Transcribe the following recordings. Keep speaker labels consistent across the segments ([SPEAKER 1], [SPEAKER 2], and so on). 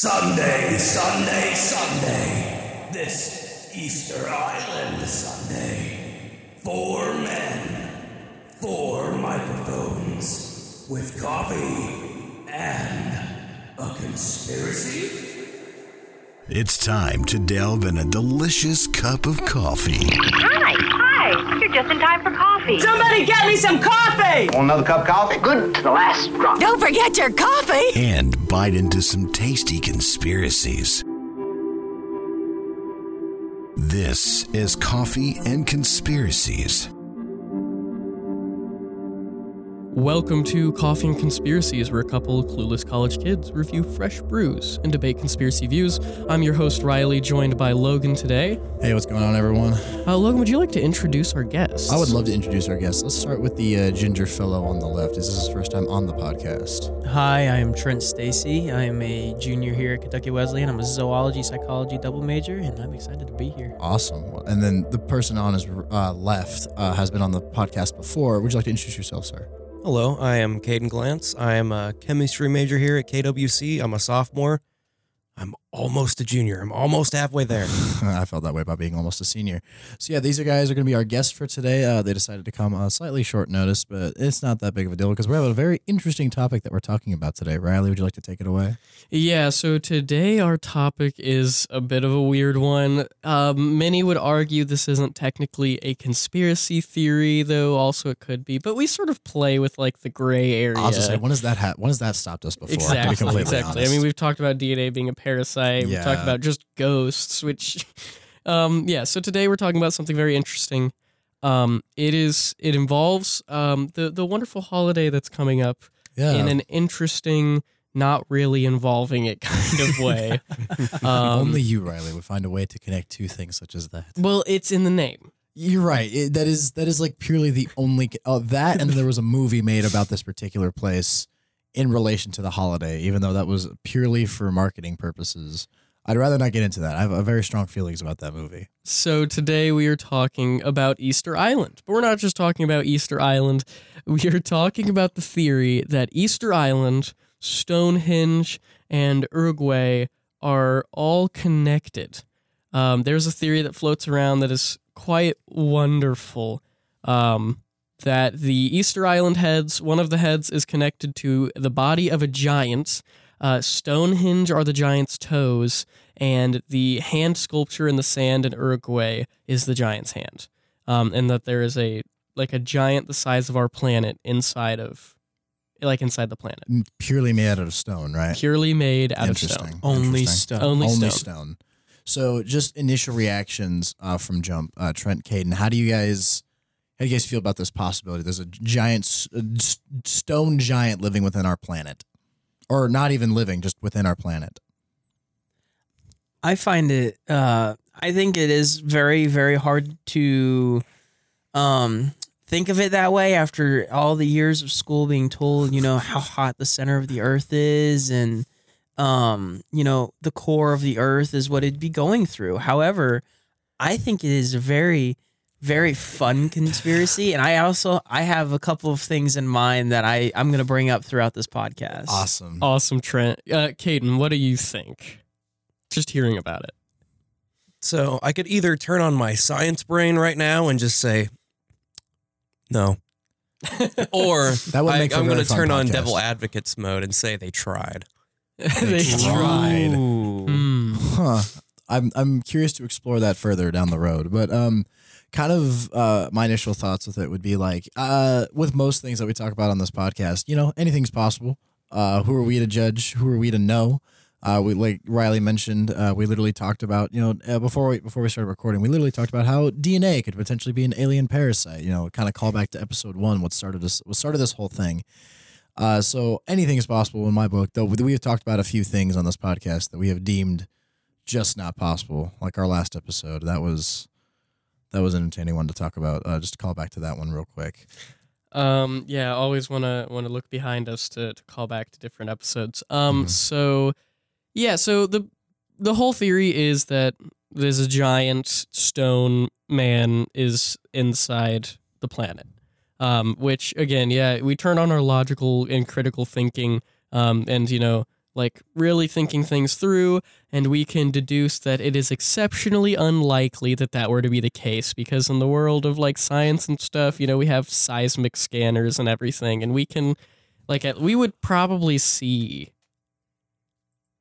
[SPEAKER 1] Sunday, Sunday, Sunday. This Easter Island Sunday. Four men, four microphones, with coffee and a conspiracy?
[SPEAKER 2] It's time to delve in a delicious cup of coffee
[SPEAKER 3] Hi. Hi. You're just in time for coffee.
[SPEAKER 4] Somebody get me some coffee!
[SPEAKER 5] Want another cup of coffee?
[SPEAKER 3] Good to the last drop.
[SPEAKER 6] Don't forget your coffee.
[SPEAKER 2] and bite into some tasty conspiracies. This is Coffee and Conspiracies.
[SPEAKER 7] Welcome to Coffee and Conspiracies, where a couple of clueless college kids review fresh brews and debate conspiracy views. I'm your host, Riley, joined by Logan today.
[SPEAKER 8] Hey, what's going on, everyone?
[SPEAKER 7] Uh, Logan, would you like to introduce our guests?
[SPEAKER 8] I would love to introduce our guest. Let's start with the uh, ginger fellow on the left. This is his first time on the podcast.
[SPEAKER 9] Hi, I am Trent Stacy. I am a junior here at Kentucky Wesleyan. I'm a zoology psychology double major, and I'm excited to be here.
[SPEAKER 8] Awesome. And then the person on his uh, left uh, has been on the podcast before. Would you like to introduce yourself, sir?
[SPEAKER 10] Hello, I am Caden Glantz. I am a chemistry major here at KWC. I'm a sophomore. I'm almost a junior. I'm almost halfway there.
[SPEAKER 8] I felt that way about being almost a senior. So yeah, these are guys are going to be our guests for today. Uh, they decided to come uh, slightly short notice, but it's not that big of a deal because we have a very interesting topic that we're talking about today. Riley, would you like to take it away?
[SPEAKER 7] Yeah, so today our topic is a bit of a weird one. Um, many would argue this isn't technically a conspiracy theory, though also it could be, but we sort of play with like the gray area.
[SPEAKER 8] I'll just say, when has that ha- when has that stopped us before? to be
[SPEAKER 7] Exactly.
[SPEAKER 8] completely
[SPEAKER 7] Exactly. I
[SPEAKER 8] honest?
[SPEAKER 7] mean, we've talked about DNA being a parasite. We've talked
[SPEAKER 8] Yeah.
[SPEAKER 7] about just ghosts, which, um, yeah. So today we're talking about something very interesting. Um, it is. It involves um, the the wonderful holiday that's coming up
[SPEAKER 8] yeah.
[SPEAKER 7] in an interesting, not really involving it kind of way. um,
[SPEAKER 8] Only you, Riley, would find a way to connect two things such as that.
[SPEAKER 7] well, it's in the name.
[SPEAKER 8] You're right. It, that is that is like purely the only oh, that, and there was a movie made about this particular place in relation to the holiday, even though that was purely for marketing purposes. I'd rather not get into that. I have a very strong feelings about that movie.
[SPEAKER 7] So today we are talking about Easter Island. But we're not just talking about Easter Island. We are talking about the theory that Easter Island, Stonehenge, and Uruguay are all connected. Um, there's a theory that floats around that is quite wonderful. Um, that the Easter Island heads, one of the heads is connected to the body of a giant. Uh, Stonehenge are the giant's toes, and the hand sculpture in the sand in Uruguay is the giant's hand, um, and that there is a like a giant the size of our planet inside of, like inside the planet,
[SPEAKER 8] M- Purely made out of stone, right?
[SPEAKER 7] purely made out of
[SPEAKER 8] Eh. Interesting.
[SPEAKER 7] stone,
[SPEAKER 9] Only
[SPEAKER 8] Interesting.
[SPEAKER 9] stone.
[SPEAKER 7] only,
[SPEAKER 8] Only
[SPEAKER 7] stone.
[SPEAKER 8] stone. So, just initial reactions uh, from Jump, uh, Trent, Caden. How do you guys, how do you guys feel about this possibility? There's a giant s- uh, s- stone giant living within our planet, or not even living, just within our planet.
[SPEAKER 9] I find it. Uh, I think it is very, very hard to um, think of it that way after all the years of school being told, you know, how hot the center of the Earth is, and um, you know, the core of the Earth is what it'd be going through. However, I think it is a very, very fun conspiracy, and I also I have a couple of things in mind that I I'm going to bring up throughout this podcast.
[SPEAKER 10] Uh,
[SPEAKER 8] Awesome.
[SPEAKER 7] Awesome, Trent. Uh, Caden, what do you think? Just hearing about it.
[SPEAKER 10] so I could either turn on my science brain right now and just say, no. or
[SPEAKER 8] That would
[SPEAKER 10] I,
[SPEAKER 8] make for a
[SPEAKER 10] am
[SPEAKER 8] really
[SPEAKER 10] gonna
[SPEAKER 8] fun
[SPEAKER 10] turn on
[SPEAKER 8] podcast.
[SPEAKER 10] devil advocates mode and say they tried.
[SPEAKER 7] they
[SPEAKER 8] tried.
[SPEAKER 9] Ooh.
[SPEAKER 7] Hmm.
[SPEAKER 8] Huh. I'm I'm curious to explore that further down the road, but um, kind of uh, my initial thoughts with it would be like uh, with most things that we talk about on this podcast, you know, anything's possible. Uh, who are we to judge? Who are we to know? Uh, we like Riley mentioned. Uh, we literally talked about you know uh, before we before we started recording, we literally talked about how DNA could potentially be an alien parasite. You know, kind of call back to episode one, what started this what started this whole thing. Uh, so anything is possible in my book, though we have talked about a few things on this podcast that we have deemed just not possible. Like our last episode, that was that was an entertaining one to talk about. Uh, just to call back to that one real quick.
[SPEAKER 7] Um, yeah, always want to want to look behind us to, to call back to different episodes. Um,
[SPEAKER 8] Mhm.
[SPEAKER 7] so yeah, so the the whole theory is that there's a giant stone man is inside the planet. Um, which again, yeah, we turn on our logical and critical thinking. Um, and you know, like really thinking things through, and we can deduce that it is exceptionally unlikely that that were to be the case because in the world of like science and stuff, you know, we have seismic scanners and everything, and we can like at, we would probably see,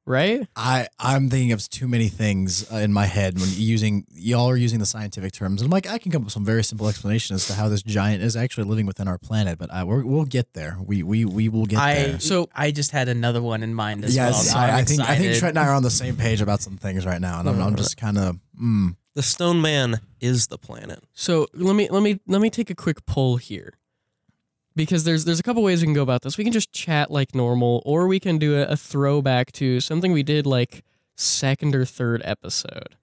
[SPEAKER 7] right?
[SPEAKER 8] I I'm thinking of too many things uh, in my head when using y'all are using the scientific terms. And I'm like, I can come up with some very simple explanation as to how this giant is actually living within our planet. But I we're, we'll get there. We we we will get
[SPEAKER 9] I
[SPEAKER 8] there.
[SPEAKER 7] So-
[SPEAKER 9] so I just had another one in mind as well.
[SPEAKER 8] Yes,
[SPEAKER 9] So
[SPEAKER 8] I,
[SPEAKER 9] I'm
[SPEAKER 8] I think I think
[SPEAKER 9] excited.
[SPEAKER 8] Trent and I are on the same page about some things right now, and I'm, I'm just kind of mm,
[SPEAKER 10] The Stone Man is the planet.
[SPEAKER 7] So let me let me let me take a quick poll here. Because there's there's a couple ways we can go about this. We can just chat like normal, or we can do a, a throwback to something we did like second or third episode.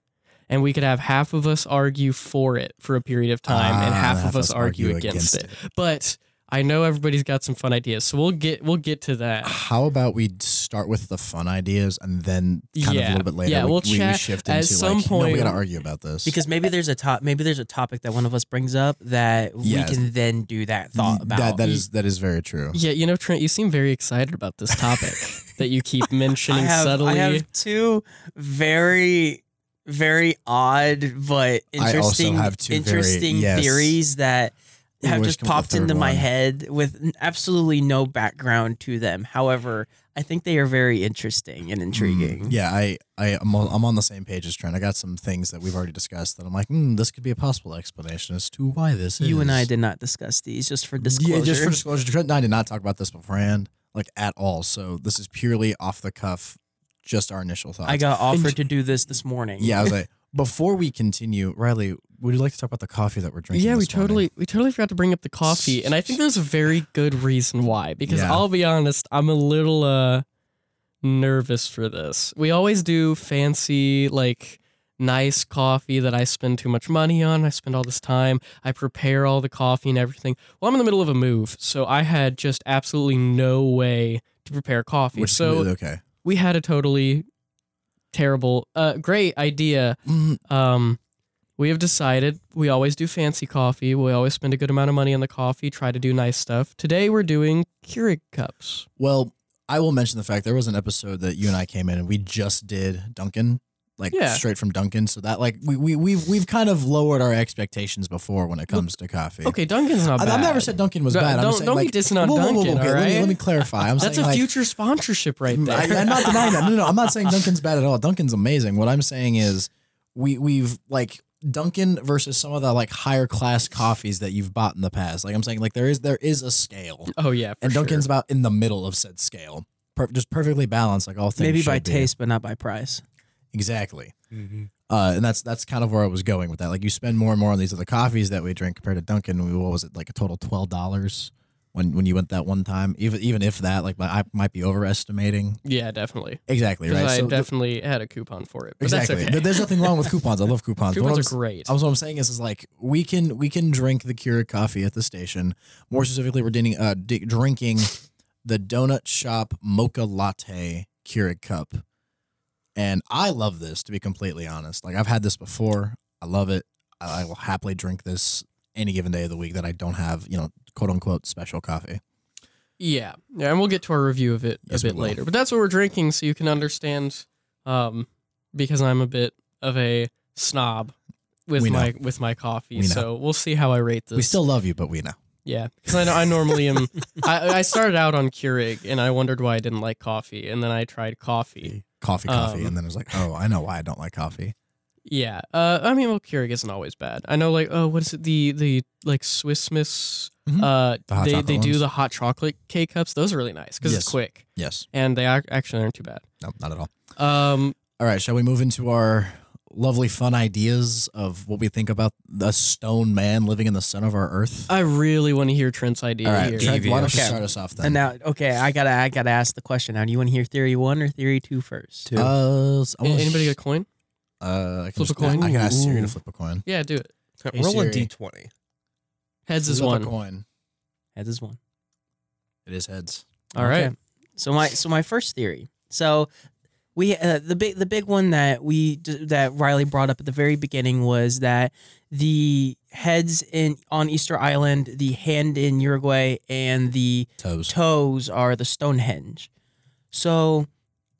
[SPEAKER 7] And we could have half of us argue for it for a period of time and
[SPEAKER 8] Ah,
[SPEAKER 7] half of us argue, against, it. But I know everybody's got some fun ideas, so we'll get we'll get to that.
[SPEAKER 8] How about we start with the fun ideas, and then kind of
[SPEAKER 7] Yeah.
[SPEAKER 8] a little bit later,
[SPEAKER 7] Yeah,
[SPEAKER 8] we,
[SPEAKER 7] we'll
[SPEAKER 8] we
[SPEAKER 7] chat
[SPEAKER 8] shift
[SPEAKER 7] at
[SPEAKER 8] into
[SPEAKER 7] some
[SPEAKER 8] like, no,
[SPEAKER 7] point-
[SPEAKER 8] we got to argue about this
[SPEAKER 9] because maybe there's a top maybe there's a topic that one of us brings up that
[SPEAKER 8] Yes.
[SPEAKER 9] we can then do that thought about.
[SPEAKER 8] that that is that is very true.
[SPEAKER 7] Yeah, you know, Trent, you seem very excited about this topic that you keep
[SPEAKER 9] I
[SPEAKER 7] mentioning
[SPEAKER 9] have,
[SPEAKER 7] subtly.
[SPEAKER 9] I have two very, very odd but
[SPEAKER 8] also
[SPEAKER 9] interesting,
[SPEAKER 8] have two very-
[SPEAKER 9] interesting
[SPEAKER 8] yes.
[SPEAKER 9] theories that
[SPEAKER 8] Ooh,
[SPEAKER 9] have
[SPEAKER 8] where's
[SPEAKER 9] just
[SPEAKER 8] come up the
[SPEAKER 9] popped
[SPEAKER 8] third
[SPEAKER 9] into my
[SPEAKER 8] one?
[SPEAKER 9] head with n- absolutely no background to them. However, I think they are very interesting
[SPEAKER 8] Hmm.
[SPEAKER 9] and intriguing.
[SPEAKER 8] Yeah, I, I I'm, on- I'm on the same page as Trent. I got some things that we've already discussed that I'm like, hmm, this could be a possible explanation as to why this is.
[SPEAKER 9] You and I did not discuss these, just for disclosure.
[SPEAKER 8] Yeah, just for disclosure, Trent and I did not talk about this beforehand, like at all. So this is purely off the cuff, just our initial thoughts.
[SPEAKER 9] I got offered to do this this morning.
[SPEAKER 8] Yeah, I was like, before we continue, Riley, would you like to talk about the coffee that we're drinking?
[SPEAKER 7] Yeah, we
[SPEAKER 8] this morning?
[SPEAKER 7] totally we totally forgot to bring up the coffee, and I think there's a very good reason why. Because
[SPEAKER 8] Yeah.
[SPEAKER 7] I'll be honest, I'm a little uh nervous for this. We always do fancy like nice coffee that I spend too much money on. I spend all this time. I prepare all the coffee and everything. Well, I'm in the middle of a move, so I had just absolutely no way to prepare coffee.
[SPEAKER 8] Which is
[SPEAKER 7] so
[SPEAKER 8] completely okay.
[SPEAKER 7] we had a totally terrible, uh, great idea.
[SPEAKER 8] Mm-hmm.
[SPEAKER 7] Um, we have decided we always do fancy coffee. We always spend a good amount of money on the coffee, try to do nice stuff. Today we're doing Keurig cups.
[SPEAKER 8] Well, I will mention the fact there was an episode that you and I came in and we just did Duncan, like
[SPEAKER 7] Yeah.
[SPEAKER 8] straight from Duncan. So that like we we we've we've kind of lowered our expectations before when it comes to coffee.
[SPEAKER 7] Okay, Duncan's not
[SPEAKER 8] I,
[SPEAKER 7] bad.
[SPEAKER 8] have never said Duncan was
[SPEAKER 7] Don't-
[SPEAKER 8] bad. I'm
[SPEAKER 7] don't-
[SPEAKER 8] just saying,
[SPEAKER 7] don't be
[SPEAKER 8] like,
[SPEAKER 7] dissing on
[SPEAKER 8] whoa, whoa, whoa,
[SPEAKER 7] Dunkin',
[SPEAKER 8] okay,
[SPEAKER 7] all
[SPEAKER 8] let, me,
[SPEAKER 7] right?
[SPEAKER 8] let me clarify. I'm
[SPEAKER 7] That's
[SPEAKER 8] saying,
[SPEAKER 7] a
[SPEAKER 8] like, Mm,
[SPEAKER 7] future sponsorship right there.
[SPEAKER 8] I, am not denying that. No, no, no, I'm not saying Duncan's bad at all. Duncan's amazing. What I'm saying is we we've like Duncan versus some of the like higher class coffees that you've bought in the past. Like I'm saying, like there is there is a scale,
[SPEAKER 7] oh yeah, for
[SPEAKER 8] and
[SPEAKER 7] sure.
[SPEAKER 8] Duncan's about in the middle of said scale, per- just perfectly balanced, like all things.
[SPEAKER 9] Maybe by
[SPEAKER 8] should be.
[SPEAKER 9] taste, but not by price.
[SPEAKER 8] exactly. Uh, and that's that's kind of where I was going with that. Like you spend more and more on these other coffees that we drink compared to Duncan. We, what was it like a total twelve dollars when when you went that one time? Even even if that, like I might be overestimating.
[SPEAKER 7] yeah, definitely.
[SPEAKER 8] Exactly
[SPEAKER 7] 'Cause
[SPEAKER 8] right.
[SPEAKER 7] I
[SPEAKER 8] So the-
[SPEAKER 7] definitely had a coupon for it. But
[SPEAKER 8] Exactly.
[SPEAKER 7] That's
[SPEAKER 8] There-
[SPEAKER 7] okay.
[SPEAKER 8] There's nothing wrong with coupons. I love coupons. But what
[SPEAKER 7] Coupons are
[SPEAKER 8] I'm s-
[SPEAKER 7] great.
[SPEAKER 8] I was what I'm saying is, is like we can we can drink the Keurig coffee at the station. More specifically, we're drinking uh, di- drinking the donut shop mocha latte Keurig cup, and I love this. To be completely honest, like I've had this before. I love it. I, I will happily drink this any given day of the week that I don't have you know quote unquote special coffee.
[SPEAKER 7] Yeah. Yeah, and we'll get to our review of it
[SPEAKER 8] Yes,
[SPEAKER 7] a
[SPEAKER 8] we
[SPEAKER 7] bit
[SPEAKER 8] will.
[SPEAKER 7] later. But that's what we're drinking so you can understand um because I'm a bit of a snob with
[SPEAKER 8] We know.
[SPEAKER 7] my with my coffee.
[SPEAKER 8] We know.
[SPEAKER 7] so we'll see how I rate this.
[SPEAKER 8] We still love you, but we know.
[SPEAKER 7] Yeah, because I, know- I normally am. I, I started out on Keurig, and I wondered why I didn't like coffee, and then I tried coffee.
[SPEAKER 8] Coffee, coffee,
[SPEAKER 7] Um,
[SPEAKER 8] and then it was like, oh, I know why I don't like coffee.
[SPEAKER 7] Yeah, uh, I mean, well, Keurig isn't always bad. I know, like, oh, what is it? The the like Swiss Miss.
[SPEAKER 8] Mhm.
[SPEAKER 7] Uh,
[SPEAKER 8] The hot
[SPEAKER 7] they
[SPEAKER 8] chocolate
[SPEAKER 7] they do
[SPEAKER 8] ones.
[SPEAKER 7] the hot chocolate K cups. Those are really nice because
[SPEAKER 8] Yes.
[SPEAKER 7] it's quick,
[SPEAKER 8] Yes,
[SPEAKER 7] and they are, actually aren't too bad.
[SPEAKER 8] no, not at all.
[SPEAKER 7] Um,
[SPEAKER 8] All right, shall we move into our lovely fun ideas of what we think about the stone man living in the center of our earth?
[SPEAKER 7] I really want to hear Trent's idea
[SPEAKER 8] all right,
[SPEAKER 7] here.
[SPEAKER 8] Trent, why don't you
[SPEAKER 9] Okay.
[SPEAKER 8] start us off
[SPEAKER 9] And
[SPEAKER 8] then?
[SPEAKER 9] now, okay, I gotta, I gotta ask the question now. Do you want to hear theory one or theory two first?
[SPEAKER 10] Two.
[SPEAKER 8] uh, s- I
[SPEAKER 7] A-
[SPEAKER 8] wanna-
[SPEAKER 7] Anybody got a coin?
[SPEAKER 8] uh, I can
[SPEAKER 7] flip
[SPEAKER 8] just-
[SPEAKER 7] a coin?
[SPEAKER 8] I can ask Siri
[SPEAKER 10] Ooh.
[SPEAKER 8] to flip a coin.
[SPEAKER 7] Yeah, do it.
[SPEAKER 8] Hey,
[SPEAKER 10] Roll a
[SPEAKER 8] Siri.
[SPEAKER 10] d20.
[SPEAKER 7] Heads is
[SPEAKER 8] Flip a
[SPEAKER 7] one.
[SPEAKER 8] coin.
[SPEAKER 9] Heads is one.
[SPEAKER 8] It is heads.
[SPEAKER 7] All right.
[SPEAKER 9] Okay. So my so my first theory. So we uh, the big the big one that we d- that Riley brought up at the very beginning was that the heads in on Easter Island, the hand in Uruguay, and the
[SPEAKER 8] Toes.
[SPEAKER 9] toes are the Stonehenge. So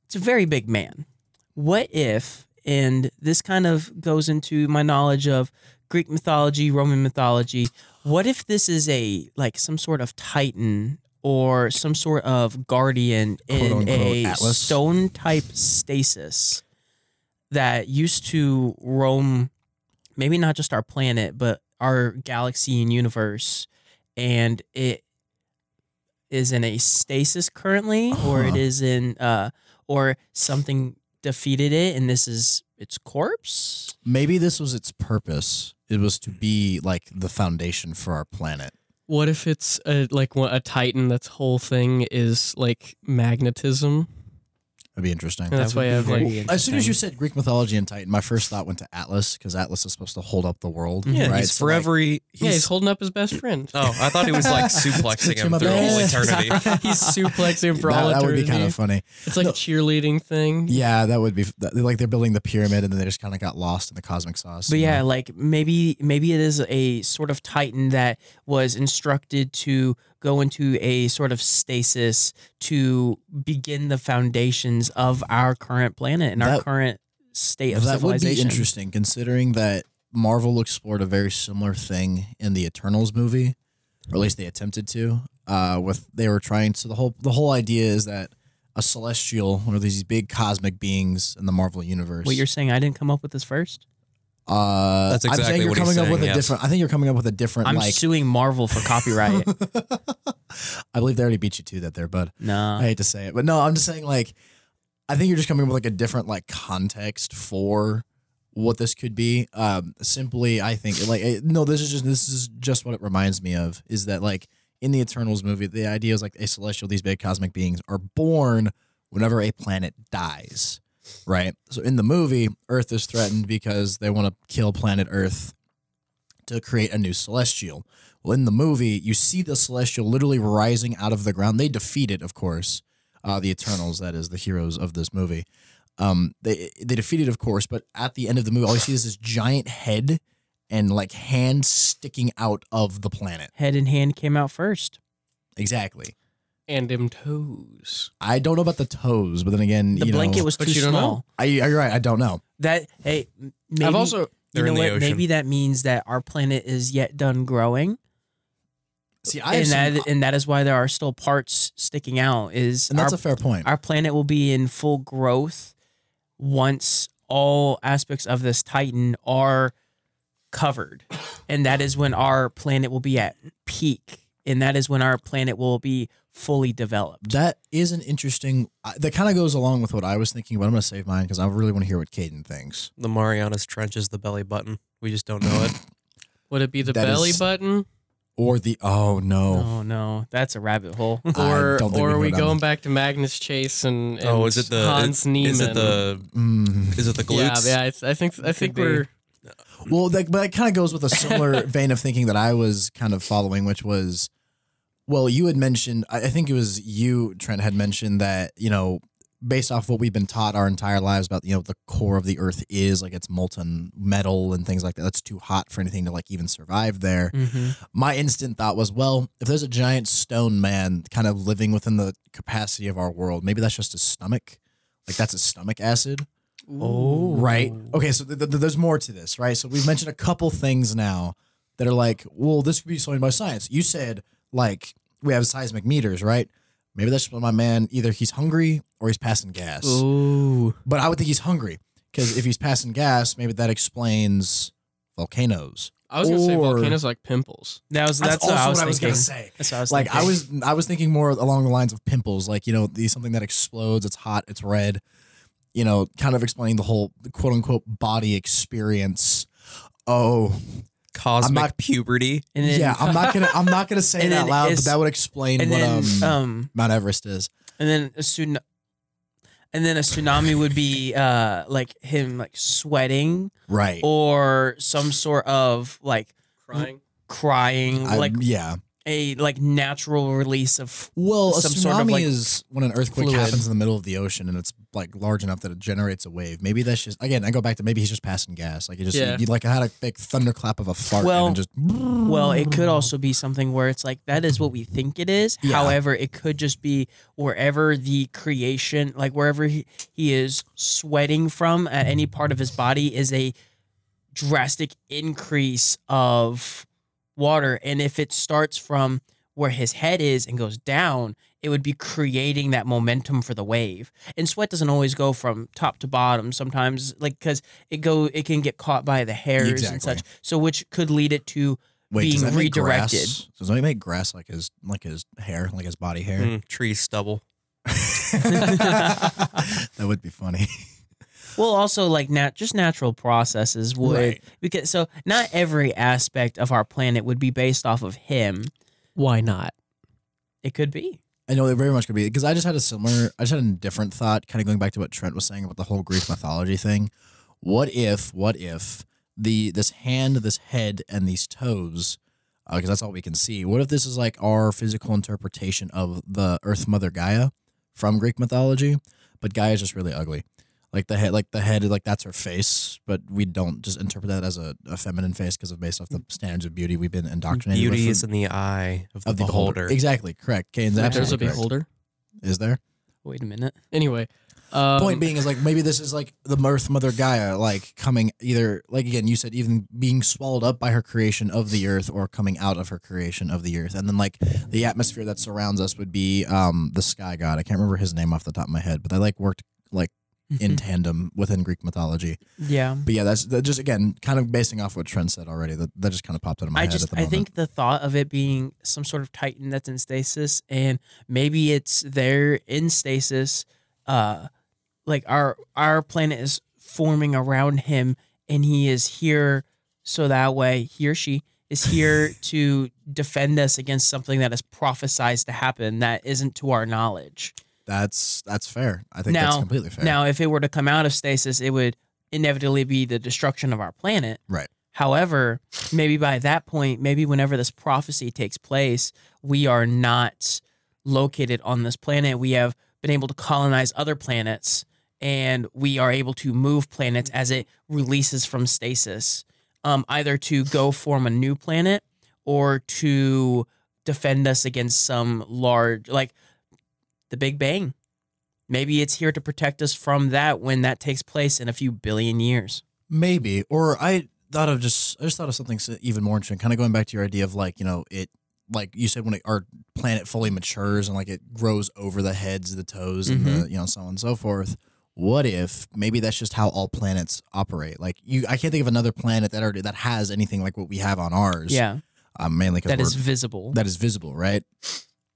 [SPEAKER 9] it's a very big man. What if, and this kind of goes into my knowledge of Greek mythology, Roman mythology, what if this is a like some sort of titan or some sort of guardian in
[SPEAKER 8] unquote,
[SPEAKER 9] a
[SPEAKER 8] Atlas.
[SPEAKER 9] stone type stasis that used to roam maybe not just our planet, but our galaxy and universe, and it is in a stasis currently, or it
[SPEAKER 8] Uh-huh.
[SPEAKER 9] is in, uh, or something defeated it, and this is its corpse.
[SPEAKER 8] Maybe this was its purpose. It was to be like the foundation for our planet.
[SPEAKER 7] What if it's a, like what- a Titan that's whole thing is like magnetism?
[SPEAKER 8] That'd be interesting.
[SPEAKER 7] And that's
[SPEAKER 9] would
[SPEAKER 7] why I
[SPEAKER 9] be
[SPEAKER 7] have
[SPEAKER 9] very
[SPEAKER 7] like.
[SPEAKER 8] As soon as you said Greek mythology and Titan, my first thought went to Atlas because Atlas is supposed to hold up the world.
[SPEAKER 10] Yeah,
[SPEAKER 8] right?
[SPEAKER 10] he's
[SPEAKER 8] So, like,
[SPEAKER 10] forever. he- he's,
[SPEAKER 7] Yeah, he's holding up his best friend.
[SPEAKER 10] oh, I thought he was like suplexing
[SPEAKER 8] To
[SPEAKER 10] him
[SPEAKER 8] my
[SPEAKER 10] through all
[SPEAKER 8] best.
[SPEAKER 10] eternity.
[SPEAKER 7] He's suplexing for all
[SPEAKER 8] that, that would be
[SPEAKER 7] eternity.
[SPEAKER 8] kind of funny.
[SPEAKER 7] It's like a cheerleading thing.
[SPEAKER 8] Yeah, that would be that- like they're building the pyramid and then they just kind of got lost in the cosmic sauce.
[SPEAKER 9] But
[SPEAKER 8] you know?
[SPEAKER 9] yeah, like maybe maybe it is a sort of titan that was instructed to go into a sort of stasis to begin the foundations of our current planet and our
[SPEAKER 8] That-
[SPEAKER 9] current state of
[SPEAKER 8] that would
[SPEAKER 9] civilization.
[SPEAKER 8] be interesting considering that Marvel explored a very similar thing in the Eternals movie, or at least they attempted to. Uh, with they were trying to the whole the whole idea is that a celestial, one of these big cosmic beings in the Marvel universe.
[SPEAKER 9] What you're saying? I didn't come up with this first.
[SPEAKER 8] uh,
[SPEAKER 10] That's
[SPEAKER 8] I'm saying
[SPEAKER 10] exactly
[SPEAKER 8] you're
[SPEAKER 10] what he's
[SPEAKER 8] coming up with
[SPEAKER 10] saying,
[SPEAKER 8] a
[SPEAKER 10] yes.
[SPEAKER 8] different. I think you're coming up with a different.
[SPEAKER 9] I'm
[SPEAKER 8] like
[SPEAKER 9] suing Marvel for copyright.
[SPEAKER 8] I believe they already beat you to that there, bud.
[SPEAKER 9] no,
[SPEAKER 8] I hate to say it, but no, I'm just saying like I think you're just coming up with like a different like context for what this could be. Um, simply, I think like it- no, this is just this is just what it reminds me of is that like in the Eternals movie, the idea is like a celestial, these big cosmic beings are born whenever a planet dies, right? So in the movie, Earth is threatened because they want to kill planet Earth to create a new celestial. Well, in the movie, you see the celestial literally rising out of the ground. They defeat it, of course. Uh, the Eternals, that is, the heroes of this movie. Um, they they defeat it, of course, but at the end of the movie, all you see is this giant head and like hand sticking out of the planet.
[SPEAKER 9] Head in Hand came out first.
[SPEAKER 8] Exactly.
[SPEAKER 7] And him toes.
[SPEAKER 8] I don't know about the toes, but then again,
[SPEAKER 9] The
[SPEAKER 8] you
[SPEAKER 9] blanket
[SPEAKER 8] know,
[SPEAKER 9] was
[SPEAKER 7] But
[SPEAKER 9] too
[SPEAKER 7] you don't know.
[SPEAKER 9] small.
[SPEAKER 8] I, you're right. I don't know.
[SPEAKER 9] That hey, m- maybe,
[SPEAKER 7] I've also.
[SPEAKER 9] you
[SPEAKER 10] They're
[SPEAKER 9] know
[SPEAKER 10] in the
[SPEAKER 9] what?
[SPEAKER 10] ocean.
[SPEAKER 9] Maybe that means that our planet is yet done growing.
[SPEAKER 8] See, I have
[SPEAKER 9] and
[SPEAKER 8] seen-
[SPEAKER 9] that and that is why there are still parts sticking out. Is
[SPEAKER 8] and that's
[SPEAKER 9] our,
[SPEAKER 8] a fair point.
[SPEAKER 9] our planet will be in full growth once all aspects of this Titan are covered, and that is when our planet will be at peak, and that is when our planet will be fully developed.
[SPEAKER 8] That is an interesting. I- That kind of goes along with what I was thinking, but I'm going to save mine because I really want to hear what Caden thinks.
[SPEAKER 10] the Marianas Trench is the belly button. We just don't know it.
[SPEAKER 7] Would it be the
[SPEAKER 8] That
[SPEAKER 7] belly
[SPEAKER 8] is-
[SPEAKER 7] button?
[SPEAKER 8] Or the oh no,
[SPEAKER 9] Oh no, that's a rabbit hole.
[SPEAKER 8] I
[SPEAKER 7] Or,
[SPEAKER 8] don't think
[SPEAKER 7] or
[SPEAKER 8] we
[SPEAKER 7] are
[SPEAKER 8] know
[SPEAKER 7] we
[SPEAKER 8] that
[SPEAKER 7] going
[SPEAKER 8] one.
[SPEAKER 7] back to Magnus Chase and, and
[SPEAKER 10] oh, is it the
[SPEAKER 7] Hans Niemann?
[SPEAKER 10] Is it the
[SPEAKER 8] Mm.
[SPEAKER 10] is it the
[SPEAKER 7] Yeah,
[SPEAKER 10] glutes?
[SPEAKER 7] yeah. it's- I think I think
[SPEAKER 10] be.
[SPEAKER 7] we're
[SPEAKER 8] Well, that, but that kind of goes with a similar vein of thinking that I was kind of following, which was, well, you had mentioned, I, I think it was you, Trent, had mentioned that, you know, based off what we've been taught our entire lives about, you know, the core of the earth is like it's molten metal and things like that. That's too hot for anything to like even survive there.
[SPEAKER 7] Mm-hmm.
[SPEAKER 9] Mhm.
[SPEAKER 8] My instant thought was, well, if there's a giant stone man kind of living within the capacity of our world, maybe that's just his stomach. Like that's his stomach acid.
[SPEAKER 9] Oh,
[SPEAKER 8] Right. Okay. So th- th- there's more to this, right? So we've mentioned a couple things now that are like, well, this could be explained by science. You said like we have seismic meters, right? Maybe that's what my man. Either he's hungry or he's passing gas.
[SPEAKER 7] ooh.
[SPEAKER 8] But I would think he's hungry because if he's passing gas, maybe that explains volcanoes.
[SPEAKER 7] I was gonna say
[SPEAKER 8] Or-
[SPEAKER 7] volcanoes like pimples.
[SPEAKER 9] That was that's,
[SPEAKER 8] also
[SPEAKER 9] what I was,
[SPEAKER 8] gonna
[SPEAKER 9] thinking.
[SPEAKER 8] say.
[SPEAKER 9] That's what I was
[SPEAKER 8] Like I
[SPEAKER 9] thinking.
[SPEAKER 8] was, I was thinking more along the lines of pimples, like you know, the, something that explodes. It's hot. It's red. You know, kind of explaining the whole quote unquote body experience. Oh,
[SPEAKER 10] Cosmic
[SPEAKER 8] I'm not-
[SPEAKER 10] puberty.
[SPEAKER 9] And then-
[SPEAKER 8] yeah. I'm not gonna, I'm not gonna say
[SPEAKER 9] And
[SPEAKER 8] it out
[SPEAKER 9] then
[SPEAKER 8] loud, but
[SPEAKER 9] it's-
[SPEAKER 8] that would explain what
[SPEAKER 9] and then
[SPEAKER 8] um,
[SPEAKER 9] um
[SPEAKER 8] Mount Everest is.
[SPEAKER 9] and then a tsunami, and then a tsunami would be uh like him like sweating
[SPEAKER 8] Right.
[SPEAKER 9] or some sort of like
[SPEAKER 7] Crying.
[SPEAKER 9] crying
[SPEAKER 8] I-
[SPEAKER 9] like
[SPEAKER 8] yeah.
[SPEAKER 9] a like natural release of
[SPEAKER 8] Well, a
[SPEAKER 9] Some
[SPEAKER 8] tsunami
[SPEAKER 9] sort of, like,
[SPEAKER 8] is when an earthquake
[SPEAKER 9] fluid.
[SPEAKER 8] happens in the middle of the ocean and it's like large enough that it generates a wave. Maybe that's just again. I go back to maybe he's just passing gas. Like it just
[SPEAKER 7] Yeah.
[SPEAKER 8] you like had a big thunderclap of a fart
[SPEAKER 9] Well-
[SPEAKER 8] and it just
[SPEAKER 9] well it could also be something where it's like that is what we think it is
[SPEAKER 8] Yeah.
[SPEAKER 9] however it could just be wherever the creation like wherever he, he is sweating from at any part of his body is a drastic increase of water and if it starts from where his head is and goes down it would be creating that momentum for the wave and sweat doesn't always go from top to bottom sometimes like because it go it can get caught by the hairs
[SPEAKER 8] Exactly.
[SPEAKER 9] and such so which could lead it to
[SPEAKER 8] wait. does
[SPEAKER 9] being
[SPEAKER 8] that make grass-
[SPEAKER 9] redirected.
[SPEAKER 8] Does that make grass like his like his hair, like his body hair?
[SPEAKER 10] Mm, tree stubble.
[SPEAKER 8] that would be funny.
[SPEAKER 9] well also like nat just natural processes would
[SPEAKER 8] Right.
[SPEAKER 9] because so not every aspect of our planet would be based off of him
[SPEAKER 7] Why not?
[SPEAKER 9] it could be
[SPEAKER 8] I know it very much could be because I just had a similar, I just had a different thought, kind of going back to what Trent was saying about the whole Greek mythology thing. What if, what if the this hand, this head, and these toes, because that's all we can see. What if this is like our physical interpretation of the Earth Mother Gaia from Greek mythology, but Gaia is just really ugly. Like the head, like the head, like that's her face, but we don't just interpret that as a, a feminine face because of based off the standards of beauty we've been indoctrinated
[SPEAKER 10] Mm.
[SPEAKER 8] with
[SPEAKER 10] Beauty
[SPEAKER 8] from-
[SPEAKER 10] is in the eye of the,
[SPEAKER 8] of the
[SPEAKER 10] beholder.
[SPEAKER 8] Exactly correct. Kane's
[SPEAKER 7] There's
[SPEAKER 8] absolutely
[SPEAKER 7] a
[SPEAKER 8] correct.
[SPEAKER 7] beholder.
[SPEAKER 8] Is there?
[SPEAKER 9] wait a minute
[SPEAKER 7] Anyway, um,
[SPEAKER 8] point being is like maybe this is like the Earth Mother Gaia, like coming either like again you said even being swallowed up by her creation of the Earth or coming out of her creation of the Earth, and then like the atmosphere that surrounds us would be um the Sky God. I can't remember his name off the top of my head, but they like worked like
[SPEAKER 9] Mm-hmm.
[SPEAKER 8] in tandem within Greek mythology.
[SPEAKER 9] yeah
[SPEAKER 8] But yeah, that's that just again kind of basing off what Trent said already. That that just kind of popped out of my
[SPEAKER 9] I
[SPEAKER 8] head at
[SPEAKER 9] just
[SPEAKER 8] the
[SPEAKER 9] I
[SPEAKER 8] moment.
[SPEAKER 9] think the thought of it being some sort of titan that's in stasis and maybe it's there in stasis uh like our our planet is forming around him and he is here so that way he or she is here to defend us against something that is prophesized to happen that isn't to our knowledge.
[SPEAKER 8] that's that's fair. I think that's
[SPEAKER 9] Now-
[SPEAKER 8] completely fair.
[SPEAKER 9] Now if it were to come out of stasis it would inevitably be the destruction of our planet.
[SPEAKER 8] right.
[SPEAKER 9] However, maybe by that point, maybe whenever this prophecy takes place, we are not located on this planet. We have been able to colonize other planets and we are able to move planets as it releases from stasis, um, either to go form a new planet or to defend us against some large, like the Big Bang. Maybe it's here to protect us from that when that takes place in a few billion years.
[SPEAKER 8] Maybe, or I thought of just I just thought of something s- even more interesting. Kind of going back to your idea of like you know it, like you said when it, our planet fully matures and like it grows over the heads, the toes, and
[SPEAKER 9] Mm-hmm.
[SPEAKER 8] the you know so on and so forth. What if maybe that's just how all planets operate? Like you, I can't think of another planet that already that has anything like what we have on ours.
[SPEAKER 9] Yeah,
[SPEAKER 8] um, mainly because
[SPEAKER 9] that is visible.
[SPEAKER 8] that is visible, right?